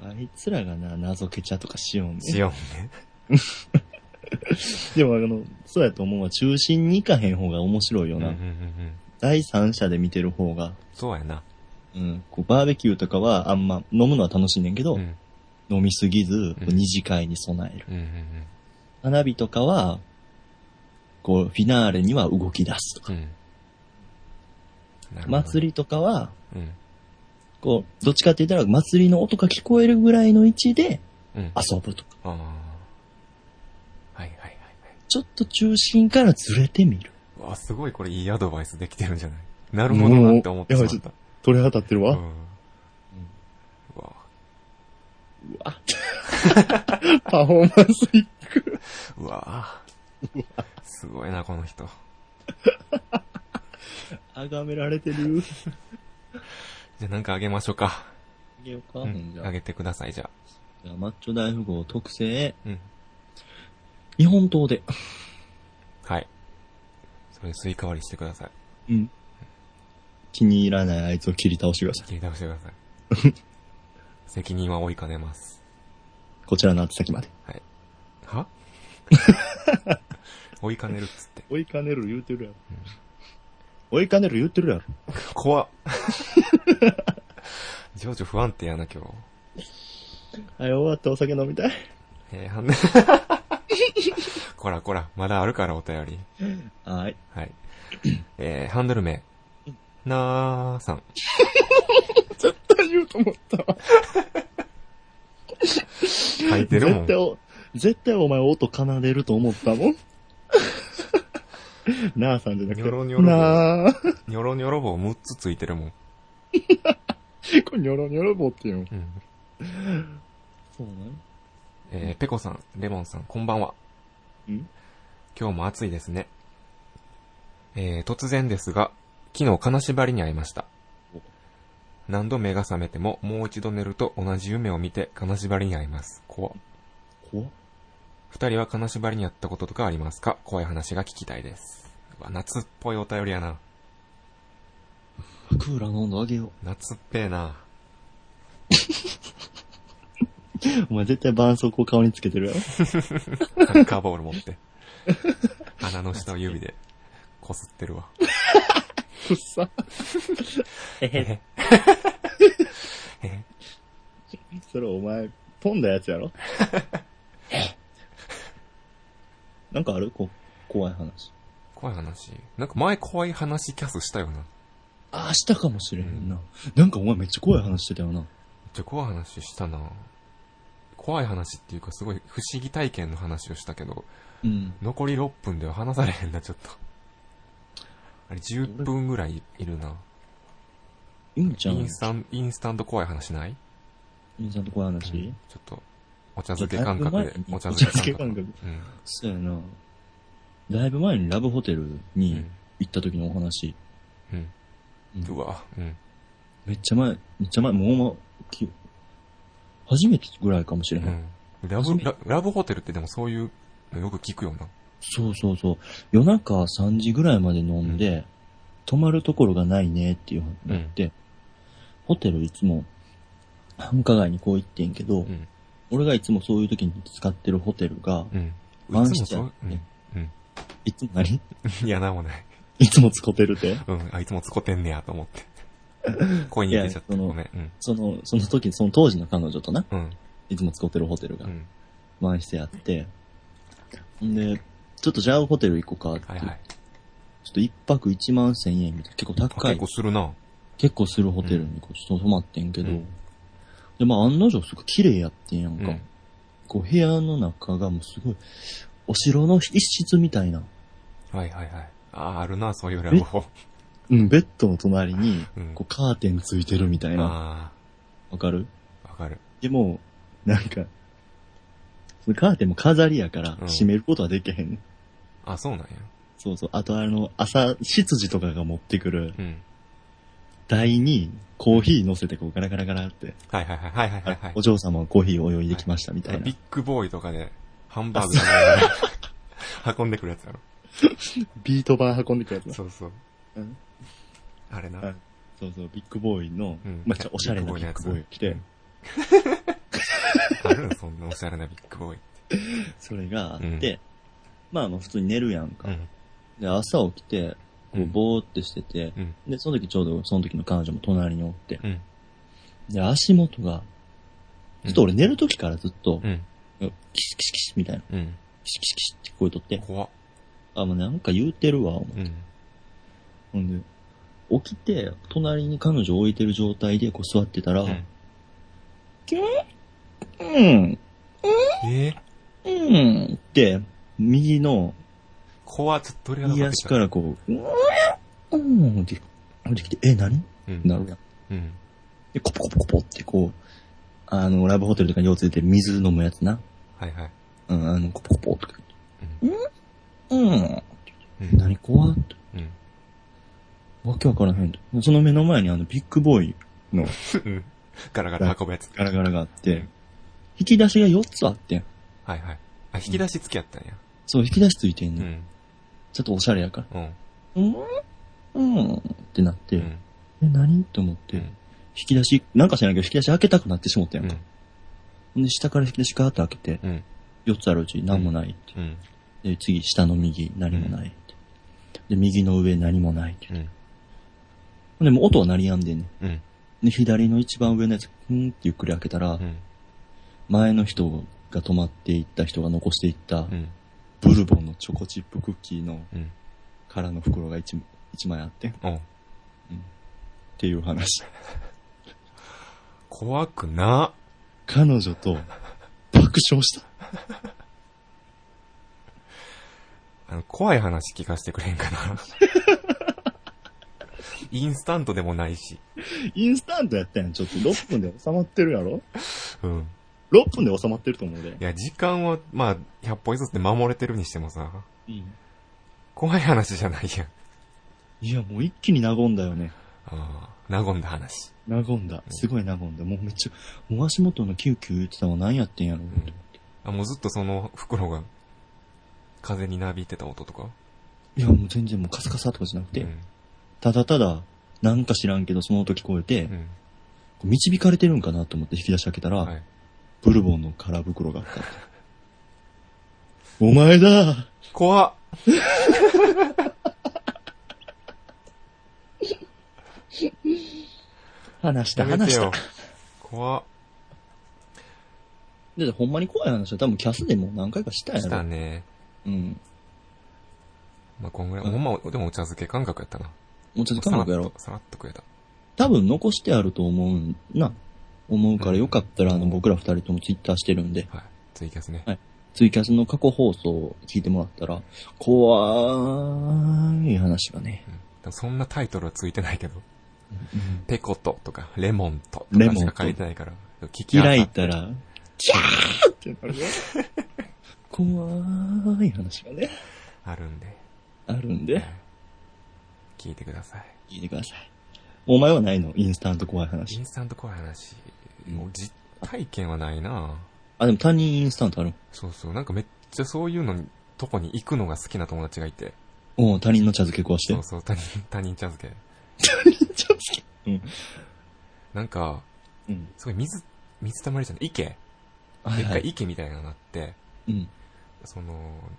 Speaker 2: あいつらがな、謎けちゃとかしようね。
Speaker 1: しようね。
Speaker 2: でもあの、そうやと思うわ。中心に行かへん方が面白いよ
Speaker 1: うんうん
Speaker 2: な。
Speaker 1: うんうん。
Speaker 2: 第三者で見てる方が、
Speaker 1: そうやな。
Speaker 2: うん、こうバーベキューとかはあんま、飲むのは楽しいねんけど、
Speaker 1: うん。
Speaker 2: 飲みすぎず、こう
Speaker 1: うん
Speaker 2: 二次会に備える。
Speaker 1: うんうんうん。
Speaker 2: 花火とかは、こう、フィナーレには動き出すとか。
Speaker 1: うん。なるほど
Speaker 2: 祭りとかは、
Speaker 1: うん。
Speaker 2: こう、どっちかって言ったら祭りの音が聞こえるぐらいの位置で
Speaker 1: うん。あ
Speaker 2: 遊ぶとか。
Speaker 1: あー。はいはいはいはい。
Speaker 2: ちょっと中心からずれてみる。
Speaker 1: うわ、すごいこれいいアドバイスできてるんじゃないなるほどなって思ってしまった。
Speaker 2: 取れ当たってる
Speaker 1: う
Speaker 2: わ。
Speaker 1: ん。うわ、
Speaker 2: うわパフォーマンスいっ
Speaker 1: うわすごいな、この人。
Speaker 2: あがめられてる。
Speaker 1: じゃあなんかあげましょうか。
Speaker 2: あげようか。
Speaker 1: うん
Speaker 2: じゃあ
Speaker 1: あげてください、じゃあ。
Speaker 2: じゃあマッチョ大富豪特製、
Speaker 1: うん。
Speaker 2: 日本刀で。
Speaker 1: はい。それスイカ割りしてください。
Speaker 2: うん。気に入らないあいつを切り倒してください。
Speaker 1: 切り倒してください。
Speaker 2: [LAUGHS]
Speaker 1: 責任は追いかねます。
Speaker 2: こちらの宛先まで。
Speaker 1: は [LAUGHS] 追いかねるっつって。
Speaker 2: 追いかねる言うてるやろ。追いかねる言うてるやろ。
Speaker 1: 怖っ。情緒不安定やな、今日。
Speaker 2: はい、終わってお酒飲みたい。
Speaker 1: えー、はんこらこら、まだあるからお便り。
Speaker 2: はい。
Speaker 1: はい。えー、ハンドル名。なーさん。
Speaker 2: 絶対言うと思ったわ。
Speaker 1: 書いてるもん
Speaker 2: 絶対。お、絶対お前音奏でると思ったもん。 [LAUGHS] なあさんじゃなくて。
Speaker 1: ニョロニョロ
Speaker 2: なあ。
Speaker 1: ニョロニョロ棒6つついてるもん。
Speaker 2: これニョロニョロ棒って言うん。
Speaker 1: うん。
Speaker 2: そうなの
Speaker 1: えー、ペコさん、レモンさん、こんばんは。
Speaker 2: うん
Speaker 1: 今日も暑いですね。えー、突然ですが、昨日金縛りに会いました
Speaker 2: お。
Speaker 1: 何度目が覚めても、もう一度寝ると同じ夢を見て金縛りに会います。怖っ
Speaker 2: 怖っ
Speaker 1: 二人は金縛りにやったこととかありますか怖い話が聞きたいです。うわ、夏っぽいお便りやな。
Speaker 2: クーラー飲んであげよ
Speaker 1: 夏っぺーな。
Speaker 2: う。お前絶対絆創膏顔につけてるやろ。
Speaker 1: サッカーボール持
Speaker 2: [LAUGHS]
Speaker 1: って。鼻の下を指で、こすってるわ。
Speaker 2: くっさ。えへ。
Speaker 1: え
Speaker 2: それお前、飛んだやつやろなんかあるこ怖い話。
Speaker 1: 怖い話。なんか前怖い話キャスしたよな。めっ
Speaker 2: あ、明日かもしれへんな。なんかお前めっちゃ怖い話してたよな。
Speaker 1: ちゃ怖い話したな。怖い話っていうかすごい不思議体験の話をしたけど、
Speaker 2: うん。
Speaker 1: 残り6分では話されへんな、ちょっと。あれ10分ぐらいいるな。
Speaker 2: いいんち
Speaker 1: イ
Speaker 2: ゃうんイ
Speaker 1: ンスタン、インスタント怖い話ない
Speaker 2: ンスタント怖い話、
Speaker 1: ちょっと、お茶漬け感覚
Speaker 2: だ
Speaker 1: で
Speaker 2: いぶ前。に
Speaker 1: お茶漬け
Speaker 2: お
Speaker 1: 感
Speaker 2: 茶
Speaker 1: 覚。
Speaker 2: 漬け
Speaker 1: うん。
Speaker 2: そうやな。だいぶ前にラブホテル
Speaker 1: う
Speaker 2: に
Speaker 1: ん
Speaker 2: 行った時のお話。
Speaker 1: うん。
Speaker 2: うん
Speaker 1: うわ。うん。
Speaker 2: めっちゃ前、めっちゃ前、もう、ま、き初めてぐらいかも
Speaker 1: う
Speaker 2: しれない。
Speaker 1: ん。ラブ、ララブホテルってでもそういうのよく聞くよな。
Speaker 2: そうそうそう。夜中3時ぐらいまで飲んで、泊まるところがないねっていう話になって、ホテルいつも繁華街にこう行ってんけど、
Speaker 1: うん。
Speaker 2: 俺がいつもそういう時に使ってるホテルが、
Speaker 1: うん。
Speaker 2: 満
Speaker 1: いつも
Speaker 2: 室
Speaker 1: そ
Speaker 2: や
Speaker 1: う、うん
Speaker 2: ね。いつも何 [LAUGHS]
Speaker 1: いや、なんもない。
Speaker 2: いつも使ってるって
Speaker 1: うん。あ、いつもつこてんねやと思
Speaker 2: [LAUGHS]
Speaker 1: って。恋に出ちゃっ
Speaker 2: いや
Speaker 1: た。
Speaker 2: その
Speaker 1: ごめん。うん。
Speaker 2: その、その時、その当時の彼女とな、
Speaker 1: うん。
Speaker 2: いつも使ってるホテルが
Speaker 1: う、ん。
Speaker 2: 満室やって、んで、ちょっとじゃあホテル行こうかって、
Speaker 1: はいはい。
Speaker 2: ちょっと一泊一万千円みたいな、結構
Speaker 1: あ
Speaker 2: 高い
Speaker 1: 結構、するな。
Speaker 2: 結構するホテルにこうちょっと泊まってんけど、
Speaker 1: うん
Speaker 2: で、まあ案の定すごい綺麗やってんやん
Speaker 1: う
Speaker 2: か、
Speaker 1: ん。
Speaker 2: こう部屋の中がもうすごい、お城の一室みたいな、
Speaker 1: はいはいはい。ああ、あるな、そういうラブホ。
Speaker 2: うん、ベッドの隣に、
Speaker 1: うん
Speaker 2: こうカーテンついてるみたい
Speaker 1: あ
Speaker 2: な、わかる
Speaker 1: あ、わかる。
Speaker 2: でも、なんか、そのカーテンも飾りやから
Speaker 1: うん
Speaker 2: 閉めることはできへん。
Speaker 1: あ、そうなんや。
Speaker 2: そうそう。あとあの、朝、執事とかが持ってくる
Speaker 1: うん。
Speaker 2: 台にコーヒー乗せてこうガラガラガラって、
Speaker 1: はいはいはいはいはいはいはい
Speaker 2: お。嬢様はコーヒーを泳いできましたみたいな
Speaker 1: ビ。ッグボーイとかで、ハンバーグ食べなが
Speaker 2: [LAUGHS]
Speaker 1: ら運んでくるやつやろ。
Speaker 2: ビート板運んでくるやつな
Speaker 1: そうそう
Speaker 2: うん。
Speaker 1: あれ
Speaker 2: はい
Speaker 1: な。
Speaker 2: そうそう、ビッグボーイの
Speaker 1: うん、
Speaker 2: まあ、ちょっとおしゃれなビ
Speaker 1: ビッ
Speaker 2: ッグ
Speaker 1: グ
Speaker 2: ボ
Speaker 1: ボー
Speaker 2: ーイ
Speaker 1: イ
Speaker 2: 来て、
Speaker 1: [LAUGHS] あるそんなおしゃれなビッグボーイ。
Speaker 2: それがあって、まあまあ普通に寝るやんか。
Speaker 1: うん。
Speaker 2: で、朝起きて、こ
Speaker 1: う
Speaker 2: うんぼーってしてて、
Speaker 1: うん
Speaker 2: で、その時ちょうどその時の彼女も隣におって、
Speaker 1: うん。
Speaker 2: で、足元が、ずっと俺寝る時からずっと、
Speaker 1: うん。
Speaker 2: キシキシキシみたいな、
Speaker 1: うん。
Speaker 2: キシキシキシって聞こえとって、
Speaker 1: 怖っ。
Speaker 2: あ、もうなんか言うてるわ、思って
Speaker 1: うん。
Speaker 2: ほんで、起きて、隣に彼女置いてる状態でこう座ってたら、う
Speaker 1: うんん、
Speaker 2: うん、
Speaker 1: えー
Speaker 2: うん、って、右の
Speaker 1: 怖っ。ちょっとどれが
Speaker 2: 右
Speaker 1: な
Speaker 2: 足からこう、うん、うんって降りてきて、え、何
Speaker 1: うん。
Speaker 2: なるやん。
Speaker 1: うん。
Speaker 2: で、コポコポコポってこう、あの、ラブホテルとかに腰ついてる水飲むやつな。
Speaker 1: はいはい。
Speaker 2: うん、あの、コポコポとか言って。うん、うん、
Speaker 1: うん。
Speaker 2: 何怖っと。
Speaker 1: うん。
Speaker 2: わけわからへんと。その目の前にあの、ビッグボーイの
Speaker 1: うんガラガラ運ぶやつ。
Speaker 2: ガラガラがあっ
Speaker 1: う
Speaker 2: て
Speaker 1: ん、
Speaker 2: 引き出しが4つあってん。
Speaker 1: はいはい。あ、引き出し付き合ったんや。
Speaker 2: そう、引き出しついてん
Speaker 1: う
Speaker 2: ね、ん。
Speaker 1: ん。
Speaker 2: ちょっとおしゃれやから。
Speaker 1: うん。
Speaker 2: うんうんってなって、
Speaker 1: うん。
Speaker 2: え、何と思って、
Speaker 1: うん
Speaker 2: 引き出し、なんか知らんけど、引き出し開けたくなってしもったやん
Speaker 1: う
Speaker 2: か。
Speaker 1: ん。
Speaker 2: ほん、で、下から引き出しガーッと開けて、
Speaker 1: うん。
Speaker 2: 4つあるうち何もないって。
Speaker 1: うん。
Speaker 2: で、次、下の右、何もないって。で、右の上、何もないって。
Speaker 1: うん。
Speaker 2: ほんで、もう音は鳴りやんでんねん。
Speaker 1: うん。
Speaker 2: で、左の一番上のやつ、ふんってゆっくり開けたら、
Speaker 1: うん。
Speaker 2: 前の人が止まっていった人が残していった
Speaker 1: う、ん。
Speaker 2: ブルボンのチョコチップクッキーの
Speaker 1: うん。
Speaker 2: 空の袋が一一枚あって、っ
Speaker 1: うん。
Speaker 2: ていう話。
Speaker 1: 怖くな。
Speaker 2: 彼女と爆笑した。
Speaker 1: あの、怖い話聞かせてくれんか [LAUGHS] な。インスタントでもないし。
Speaker 2: インスタントやったやん。ちょっと6分で収まってるやろ
Speaker 1: うん。
Speaker 2: ?6 分で収まってると思うで
Speaker 1: い。や、時間は、まあ、100歩ずつで守れてるにしてもさ、
Speaker 2: うん。
Speaker 1: 怖い話じゃないやん。
Speaker 2: いや、もう一気に和んだよね。
Speaker 1: ああ、和んだ話。
Speaker 2: 和んだ。すごい和んだ。もうめっちゃ、もう足元のキューキュー言ってたのは何やってんやろ、
Speaker 1: んあ、もうずっとその袋が、風になびいてた音とか
Speaker 2: いや、もう全然もうカサカサとかじゃなくて、
Speaker 1: うん。
Speaker 2: ただただ、なんか知らんけど、その音聞こえて、
Speaker 1: うん。
Speaker 2: 導かれてるんかなと思って引き出し開けたら、
Speaker 1: はい。
Speaker 2: ブルボンの空袋があった。お前だ
Speaker 1: 怖っ
Speaker 2: 話した、
Speaker 1: やめ
Speaker 2: 話
Speaker 1: て
Speaker 2: した
Speaker 1: よ。。怖っ。
Speaker 2: で、ほんまに怖い話は多分キャスでも何回かしたやろ。
Speaker 1: したね。
Speaker 2: うん。
Speaker 1: まあ、こんぐらい。
Speaker 2: うん
Speaker 1: ほんま、でもお茶漬け感覚やったな。
Speaker 2: もうちょっと感覚やろ。
Speaker 1: さらっと食えた。
Speaker 2: 多分残してあると思うんな。思うからよかったら、あの、僕ら二人ともツイッターしてるんで、
Speaker 1: はい。ツイキャスね。
Speaker 2: ツイキャスの過去放送を聞いてもらったら、怖い話がね
Speaker 1: う。ん。でもそんなタイトルはついてないけど。ペコととか、レモンとと
Speaker 2: レ
Speaker 1: か
Speaker 2: モンと
Speaker 1: しか書いてないから。聞きや
Speaker 2: 開
Speaker 1: す
Speaker 2: い
Speaker 1: い。
Speaker 2: たら、ってなるよ。怖い話がね、
Speaker 1: あるんで、
Speaker 2: あるんで、
Speaker 1: 聞いてください。
Speaker 2: 聞いてください。お前はないのインスタント怖い
Speaker 1: イ
Speaker 2: 話
Speaker 1: ン。スタント怖い話、もう実体験はないな
Speaker 2: あ、でも他人インスタントある
Speaker 1: そうそう、なんかめっちゃそういうのに、とこに行くのが好きな友達がいて。
Speaker 2: おう他人の茶漬け壊して
Speaker 1: そう。そう、他人、他人茶漬け。
Speaker 2: 他人茶漬けうん。
Speaker 1: なんか、
Speaker 2: うん。
Speaker 1: すごい水、水溜まりじゃない、池
Speaker 2: は
Speaker 1: で
Speaker 2: い
Speaker 1: っ
Speaker 2: は
Speaker 1: か
Speaker 2: い。
Speaker 1: い池みたいなのがあって、
Speaker 2: うん。
Speaker 1: その、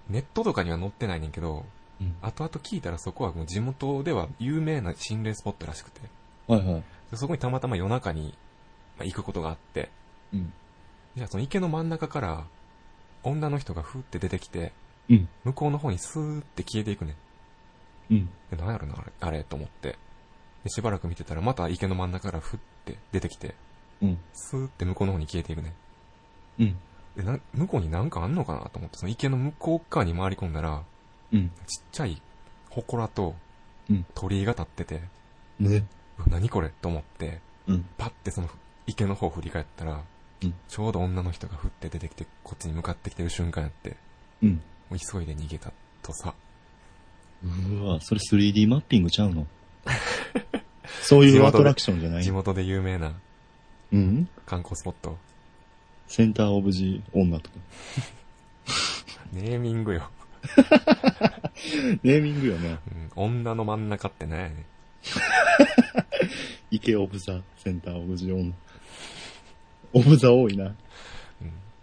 Speaker 1: ネットとかには載ってないねんけど、
Speaker 2: うん
Speaker 1: 後々聞いたらそこはもう地元では有名な心霊スポットらしくて、
Speaker 2: はいはい。
Speaker 1: でそこにたまたま夜中に、まあ、行くことがあって、
Speaker 2: うん。
Speaker 1: じゃあその池の真ん中から、女の人がふーって出てきて、
Speaker 2: うん。
Speaker 1: 向こうの方にスーって消えていくねん。
Speaker 2: うん。
Speaker 1: で、なんやろな、あれ、あれと思って。で、しばらく見てたらまた池の真ん中からふって出てきて、
Speaker 2: うん。
Speaker 1: スーって向こうの方に消えていくねん。
Speaker 2: うん。
Speaker 1: で、な、向こうになんかあんのかなと思って、その池の向こう側に回り込んだら、
Speaker 2: うん。
Speaker 1: ちっちゃい祠と
Speaker 2: うん、
Speaker 1: 鳥居が立ってて、
Speaker 2: ね。
Speaker 1: うわ何これと思って、
Speaker 2: うん。
Speaker 1: パッてその池の方振り返ったら、
Speaker 2: うん
Speaker 1: ちょうど女の人が降って出てきて、こっちに向かってきてる瞬間やって、
Speaker 2: うん。
Speaker 1: もう急いで逃げたとさ、
Speaker 2: うわ、それ 3D マッピングちゃうの [LAUGHS] そういうアトラクションじゃない
Speaker 1: 地元で有名な
Speaker 2: うん。
Speaker 1: 観光スポット。
Speaker 2: センターオブジ女とか。
Speaker 1: ネーミングよ。
Speaker 2: ネーミングよね。
Speaker 1: うん、女の真ん中ってなんやねん
Speaker 2: 池オブザ、センターオブジ女。オブザ多いな。
Speaker 1: うん、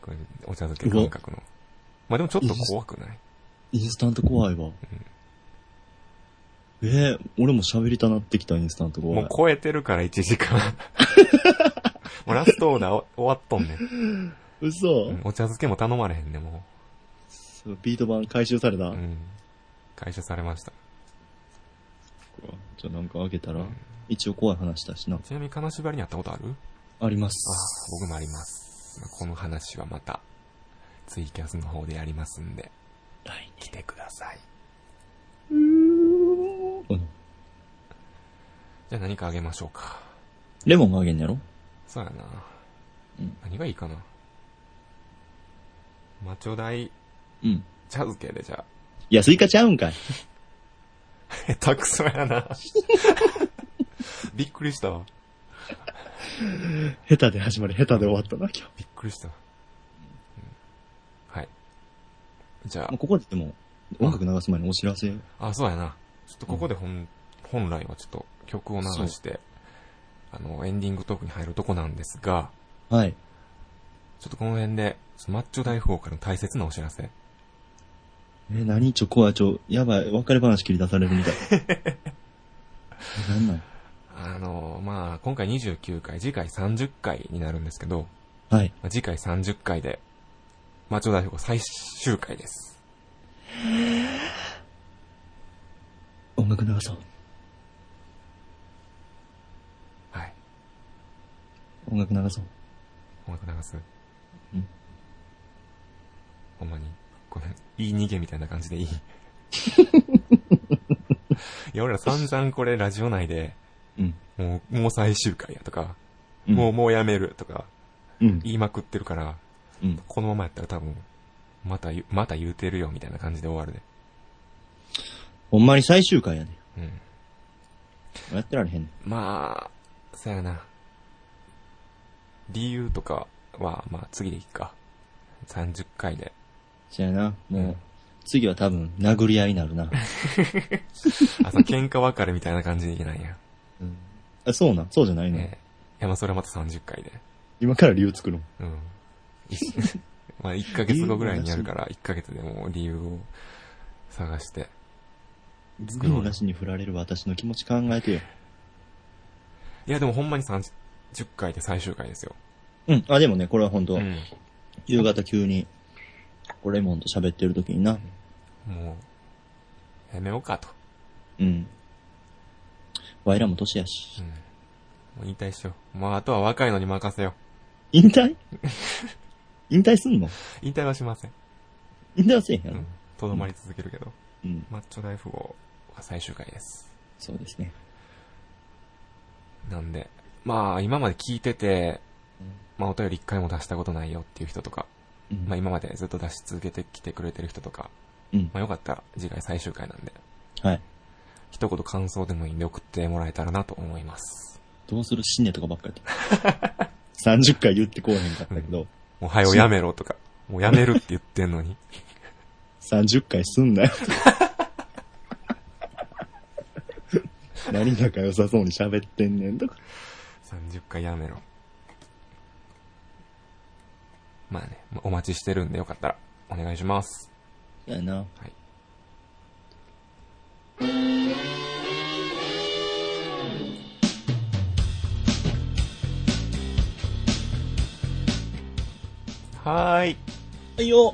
Speaker 1: これ、お茶漬け感覚の。まあでもちょっと怖くない
Speaker 2: インスタント怖いわ。えー、俺も喋りたなってきたインスタント怖
Speaker 1: も。
Speaker 2: いう
Speaker 1: 超えてるから1時 [LAUGHS] 間。もうラストオーダーお終わっとんねん。
Speaker 2: 嘘、
Speaker 1: うんお茶漬けも頼まれへんね、も
Speaker 2: そうビート板回収された、
Speaker 1: う。うん。回収されました。
Speaker 2: じゃあなんか開けたら、
Speaker 1: うん
Speaker 2: 一応怖い話だしな。
Speaker 1: ちなみに金縛りにあったことある
Speaker 2: あり
Speaker 1: あ
Speaker 2: ま
Speaker 1: あ
Speaker 2: す。、
Speaker 1: 僕もあります。まあこの話はまた、ツイキャスの方でやりますんで、
Speaker 2: 来
Speaker 1: 来てください。
Speaker 2: 年。うん
Speaker 1: じゃあ何かあげましょうか。
Speaker 2: レモンがあげんやろ
Speaker 1: そうやな。
Speaker 2: うん
Speaker 1: 何がいいかな。マチョダイ、
Speaker 2: うん。
Speaker 1: 茶漬けでじゃあ。 [LAUGHS]
Speaker 2: いや、スイカちゃうんかい。
Speaker 1: 下手くそや [LAUGHS] な。びっくりしたわ。
Speaker 2: 下手で始まり、下手で終わったな、今
Speaker 1: びっくりしたわ。うんはい。じゃ
Speaker 2: 日。もうここででも、音楽流す前にお知らせ。
Speaker 1: あ、あ、そうやな。ちょっとここで本、本来はちょっと曲を流して、あの、エンディングトークに入るとこなんですが、
Speaker 2: はい。
Speaker 1: ちょっとこの辺で、ちょっとマッチョ大富豪からの大切なお知らせ。
Speaker 2: えー、何ちょ、怖いちょ、やばい、別れ話切り出されるみたい。 [LAUGHS] えなんなん
Speaker 1: あの、まあ、今回29回、次回30回になるんですけど、
Speaker 2: はい。
Speaker 1: まあ次回30回で、マッチョ大富豪最終回です。
Speaker 2: 音楽流そう。
Speaker 1: はい。
Speaker 2: 音楽流そう。
Speaker 1: 音楽流す。
Speaker 2: うん
Speaker 1: ほんまに、これ、言い逃げみたいな感じ
Speaker 2: [LAUGHS]
Speaker 1: でいい。いや、俺ら散々これラジオ内で、
Speaker 2: うん。
Speaker 1: もう、もう最終回やとか、
Speaker 2: うん
Speaker 1: もう、もうやめるとか、
Speaker 2: うん。
Speaker 1: 言いまくってるから、
Speaker 2: うん。
Speaker 1: このままやったら多分、また言う、また言うてるよみたいな感じで終わるで。
Speaker 2: ほんまに最終回やね
Speaker 1: うん。
Speaker 2: やってられへんね
Speaker 1: まあ、そやな。理由とかは、まあ次でいいか。30回で。
Speaker 2: じゃあな、もう、
Speaker 1: うん
Speaker 2: 次は多分、殴り合いにな
Speaker 1: [LAUGHS]
Speaker 2: るな。
Speaker 1: あ、さ、喧嘩別れみたいな感じでいけないや。
Speaker 2: うんあ、そうなん、そうじゃないの、
Speaker 1: ねえ。いや、まあそれはまた30回で。
Speaker 2: 今から理由作ろう。
Speaker 1: うん。 [LAUGHS] まあ1ヶ月後ぐらいにやるから、1ヶ月でもう理由を探して。
Speaker 2: 理由なしに振られる私の気持ち考えてよ。
Speaker 1: いや、でもほんまに30回で最終回ですよ。
Speaker 2: うん。あ、でもね、これは本当、
Speaker 1: うん。
Speaker 2: 夕方急に、こうレモンと喋ってる時にな。
Speaker 1: もう、やめようかと。
Speaker 2: うん。ワイらも年や
Speaker 1: う
Speaker 2: し
Speaker 1: ん。。もう引退しよう。まああとは若いのに任せよ [LAUGHS]
Speaker 2: 引退引退すんの
Speaker 1: う。引退はしません。
Speaker 2: 引退はせえへんや
Speaker 1: う
Speaker 2: ろ
Speaker 1: ん。。とどまり続けるけど。
Speaker 2: うん。
Speaker 1: マッチョ大富豪は最終回です。
Speaker 2: そうですね。
Speaker 1: なんで、まあ、今まで聞いてて
Speaker 2: うん、
Speaker 1: まあ、お便り一回も出したことないよっていう人とか、
Speaker 2: うん
Speaker 1: まあ今までずっと出し続けてきてくれてる人とか、
Speaker 2: うん
Speaker 1: まあよかったら次回最終回なんで、
Speaker 2: はい。
Speaker 1: 一言感想でもいいんで送ってもらえたらなと思います。
Speaker 2: どうする死ねとかばっかり言って。30回言ってこうへんかったけど、
Speaker 1: もうはよやめろとか、もうやめるって言ってんの [LAUGHS] に。
Speaker 2: 30回す
Speaker 1: [LAUGHS]
Speaker 2: んなよ。何仲良さそうに喋ってんねんとか。
Speaker 1: 30回やめろ。まあね、まあお待ちしてるんでよかったらお願いします。
Speaker 2: やな。
Speaker 1: はい。はーい。
Speaker 2: はいよ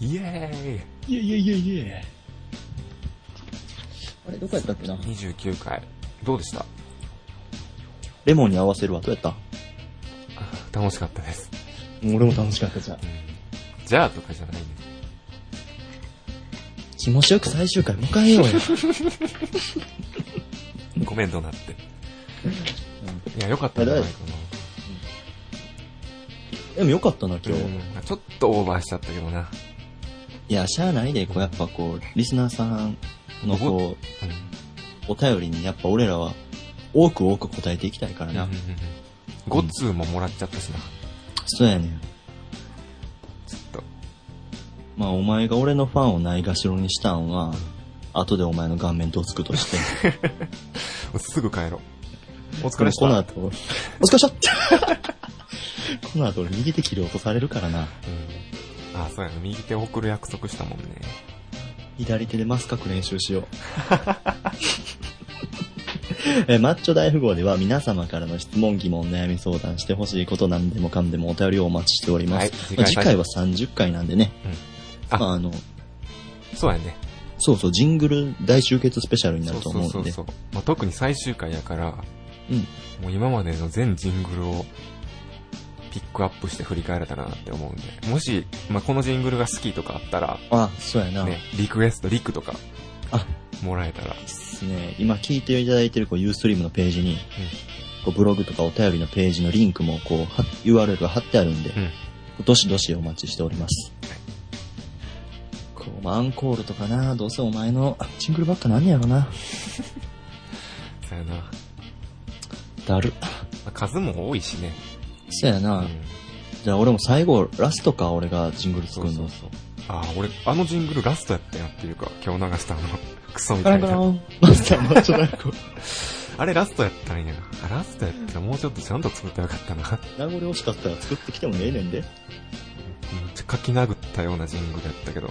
Speaker 1: イエーイ
Speaker 2: いやいやいやいやあれ、どこやったっけな
Speaker 1: !29 回。どうでした
Speaker 2: レモンに合わせるわ。どうやった
Speaker 1: 楽しかったです。
Speaker 2: 俺も楽しかったじゃん。
Speaker 1: じゃあとかじゃないんです。
Speaker 2: 気持ちよく最終回迎えようよ。
Speaker 1: ごめんどなって。 [LAUGHS] いや、よかったんじゃないか
Speaker 2: [LAUGHS] でもよかったな、今
Speaker 1: な。
Speaker 2: 日。
Speaker 1: うんちょっとオーバーしちゃったけどな。
Speaker 2: いや、しゃあないで、こう、やっぱこう、リスナーさんのこう、
Speaker 1: うん
Speaker 2: お便りに、やっぱ俺らは、多く多く答えていきたいからな。
Speaker 1: うんうんうんご通ももらっちゃったしな。
Speaker 2: そうやねん。
Speaker 1: ちょっと。
Speaker 2: まあ、お前が俺のファンをないがしろにしたんは、後でお前の顔面どつくとして。
Speaker 1: すぐ帰ろう。お疲れっした。
Speaker 2: この後、 [LAUGHS] お疲れした [LAUGHS] この後俺右手切り落とされるからな。
Speaker 1: うん、あ、そうやね。右手送る約束したもんね。
Speaker 2: 左手でマス書く練習しよう。 [LAUGHS] えーマッチョ大富豪では皆様からの質問、疑問、悩み相談してほしいこと何でもかんでもお便りをお待ちしております。
Speaker 1: はい
Speaker 2: ま
Speaker 1: 次
Speaker 2: あ次
Speaker 1: 回
Speaker 2: 回は30回なんでね。
Speaker 1: あ
Speaker 2: まあ、あの、
Speaker 1: そうやね。
Speaker 2: そうそう、ジングル大集結スペシャルにな
Speaker 1: そ
Speaker 2: る
Speaker 1: う
Speaker 2: と
Speaker 1: そ
Speaker 2: 思
Speaker 1: うそううん
Speaker 2: で。
Speaker 1: そう。まあ、特に最終回やから、
Speaker 2: うん
Speaker 1: もう今までの全ジングルをピックアップして振り返れたらなって思うんで。もし、まあ、このジングルが好きとかあったら、
Speaker 2: あ、そうやな。
Speaker 1: ね、リクエスト、リクとか、
Speaker 2: あ
Speaker 1: もらえたら。
Speaker 2: ですね。今聞いていただいてるこう Ustream のページに、こうブログとかお便りのページのリンクもこうは URL が貼ってあるんで、どしどしお待ちしております。こうまあアンコールとかな、どうせお前のあジングルばっかなんねやろな。
Speaker 1: さよな。ま
Speaker 2: だる。
Speaker 1: あ、数も多いしね。
Speaker 2: そや
Speaker 1: う
Speaker 2: な。
Speaker 1: ん
Speaker 2: じゃあ俺も最後、ラストか俺がジングル
Speaker 1: そ
Speaker 2: 作
Speaker 1: う
Speaker 2: る
Speaker 1: そ
Speaker 2: の
Speaker 1: う。そう。あー、俺、あのジングルラストやったやんっていうか、今日流したあの、 [LAUGHS] クソみた
Speaker 2: カラ
Speaker 1: い
Speaker 2: ンカラ
Speaker 1: な。
Speaker 2: ン。マスターマッチョ大工。
Speaker 1: あれラストやったらいいねんな。あラストやったらもうちょっとちゃんと作ってよかったな。 [LAUGHS] め
Speaker 2: 名残惜しかったら作ってきてもええねんで。
Speaker 1: っちゃ書き殴ったようなジングルやったけど。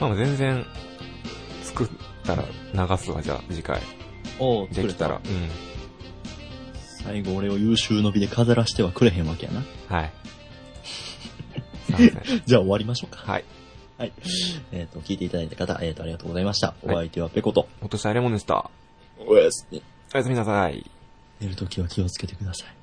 Speaker 1: まあ全然、作ったら流すわ、じゃあ次回。
Speaker 2: おう
Speaker 1: できたら。。
Speaker 2: 最後俺を優秀の美で飾らしてはくれへんわけやな。
Speaker 1: うん。はい。すいません [LAUGHS]
Speaker 2: じゃあ終わりましょうか。
Speaker 1: はい。
Speaker 2: はい。えっ、と、聞いていただいた方、えっ、と、ありがとうございました。お相手はペコと。
Speaker 1: 落としたレモンでした。
Speaker 2: おやすみ。
Speaker 1: おやすみなさい。
Speaker 2: 寝るときは気をつけてください。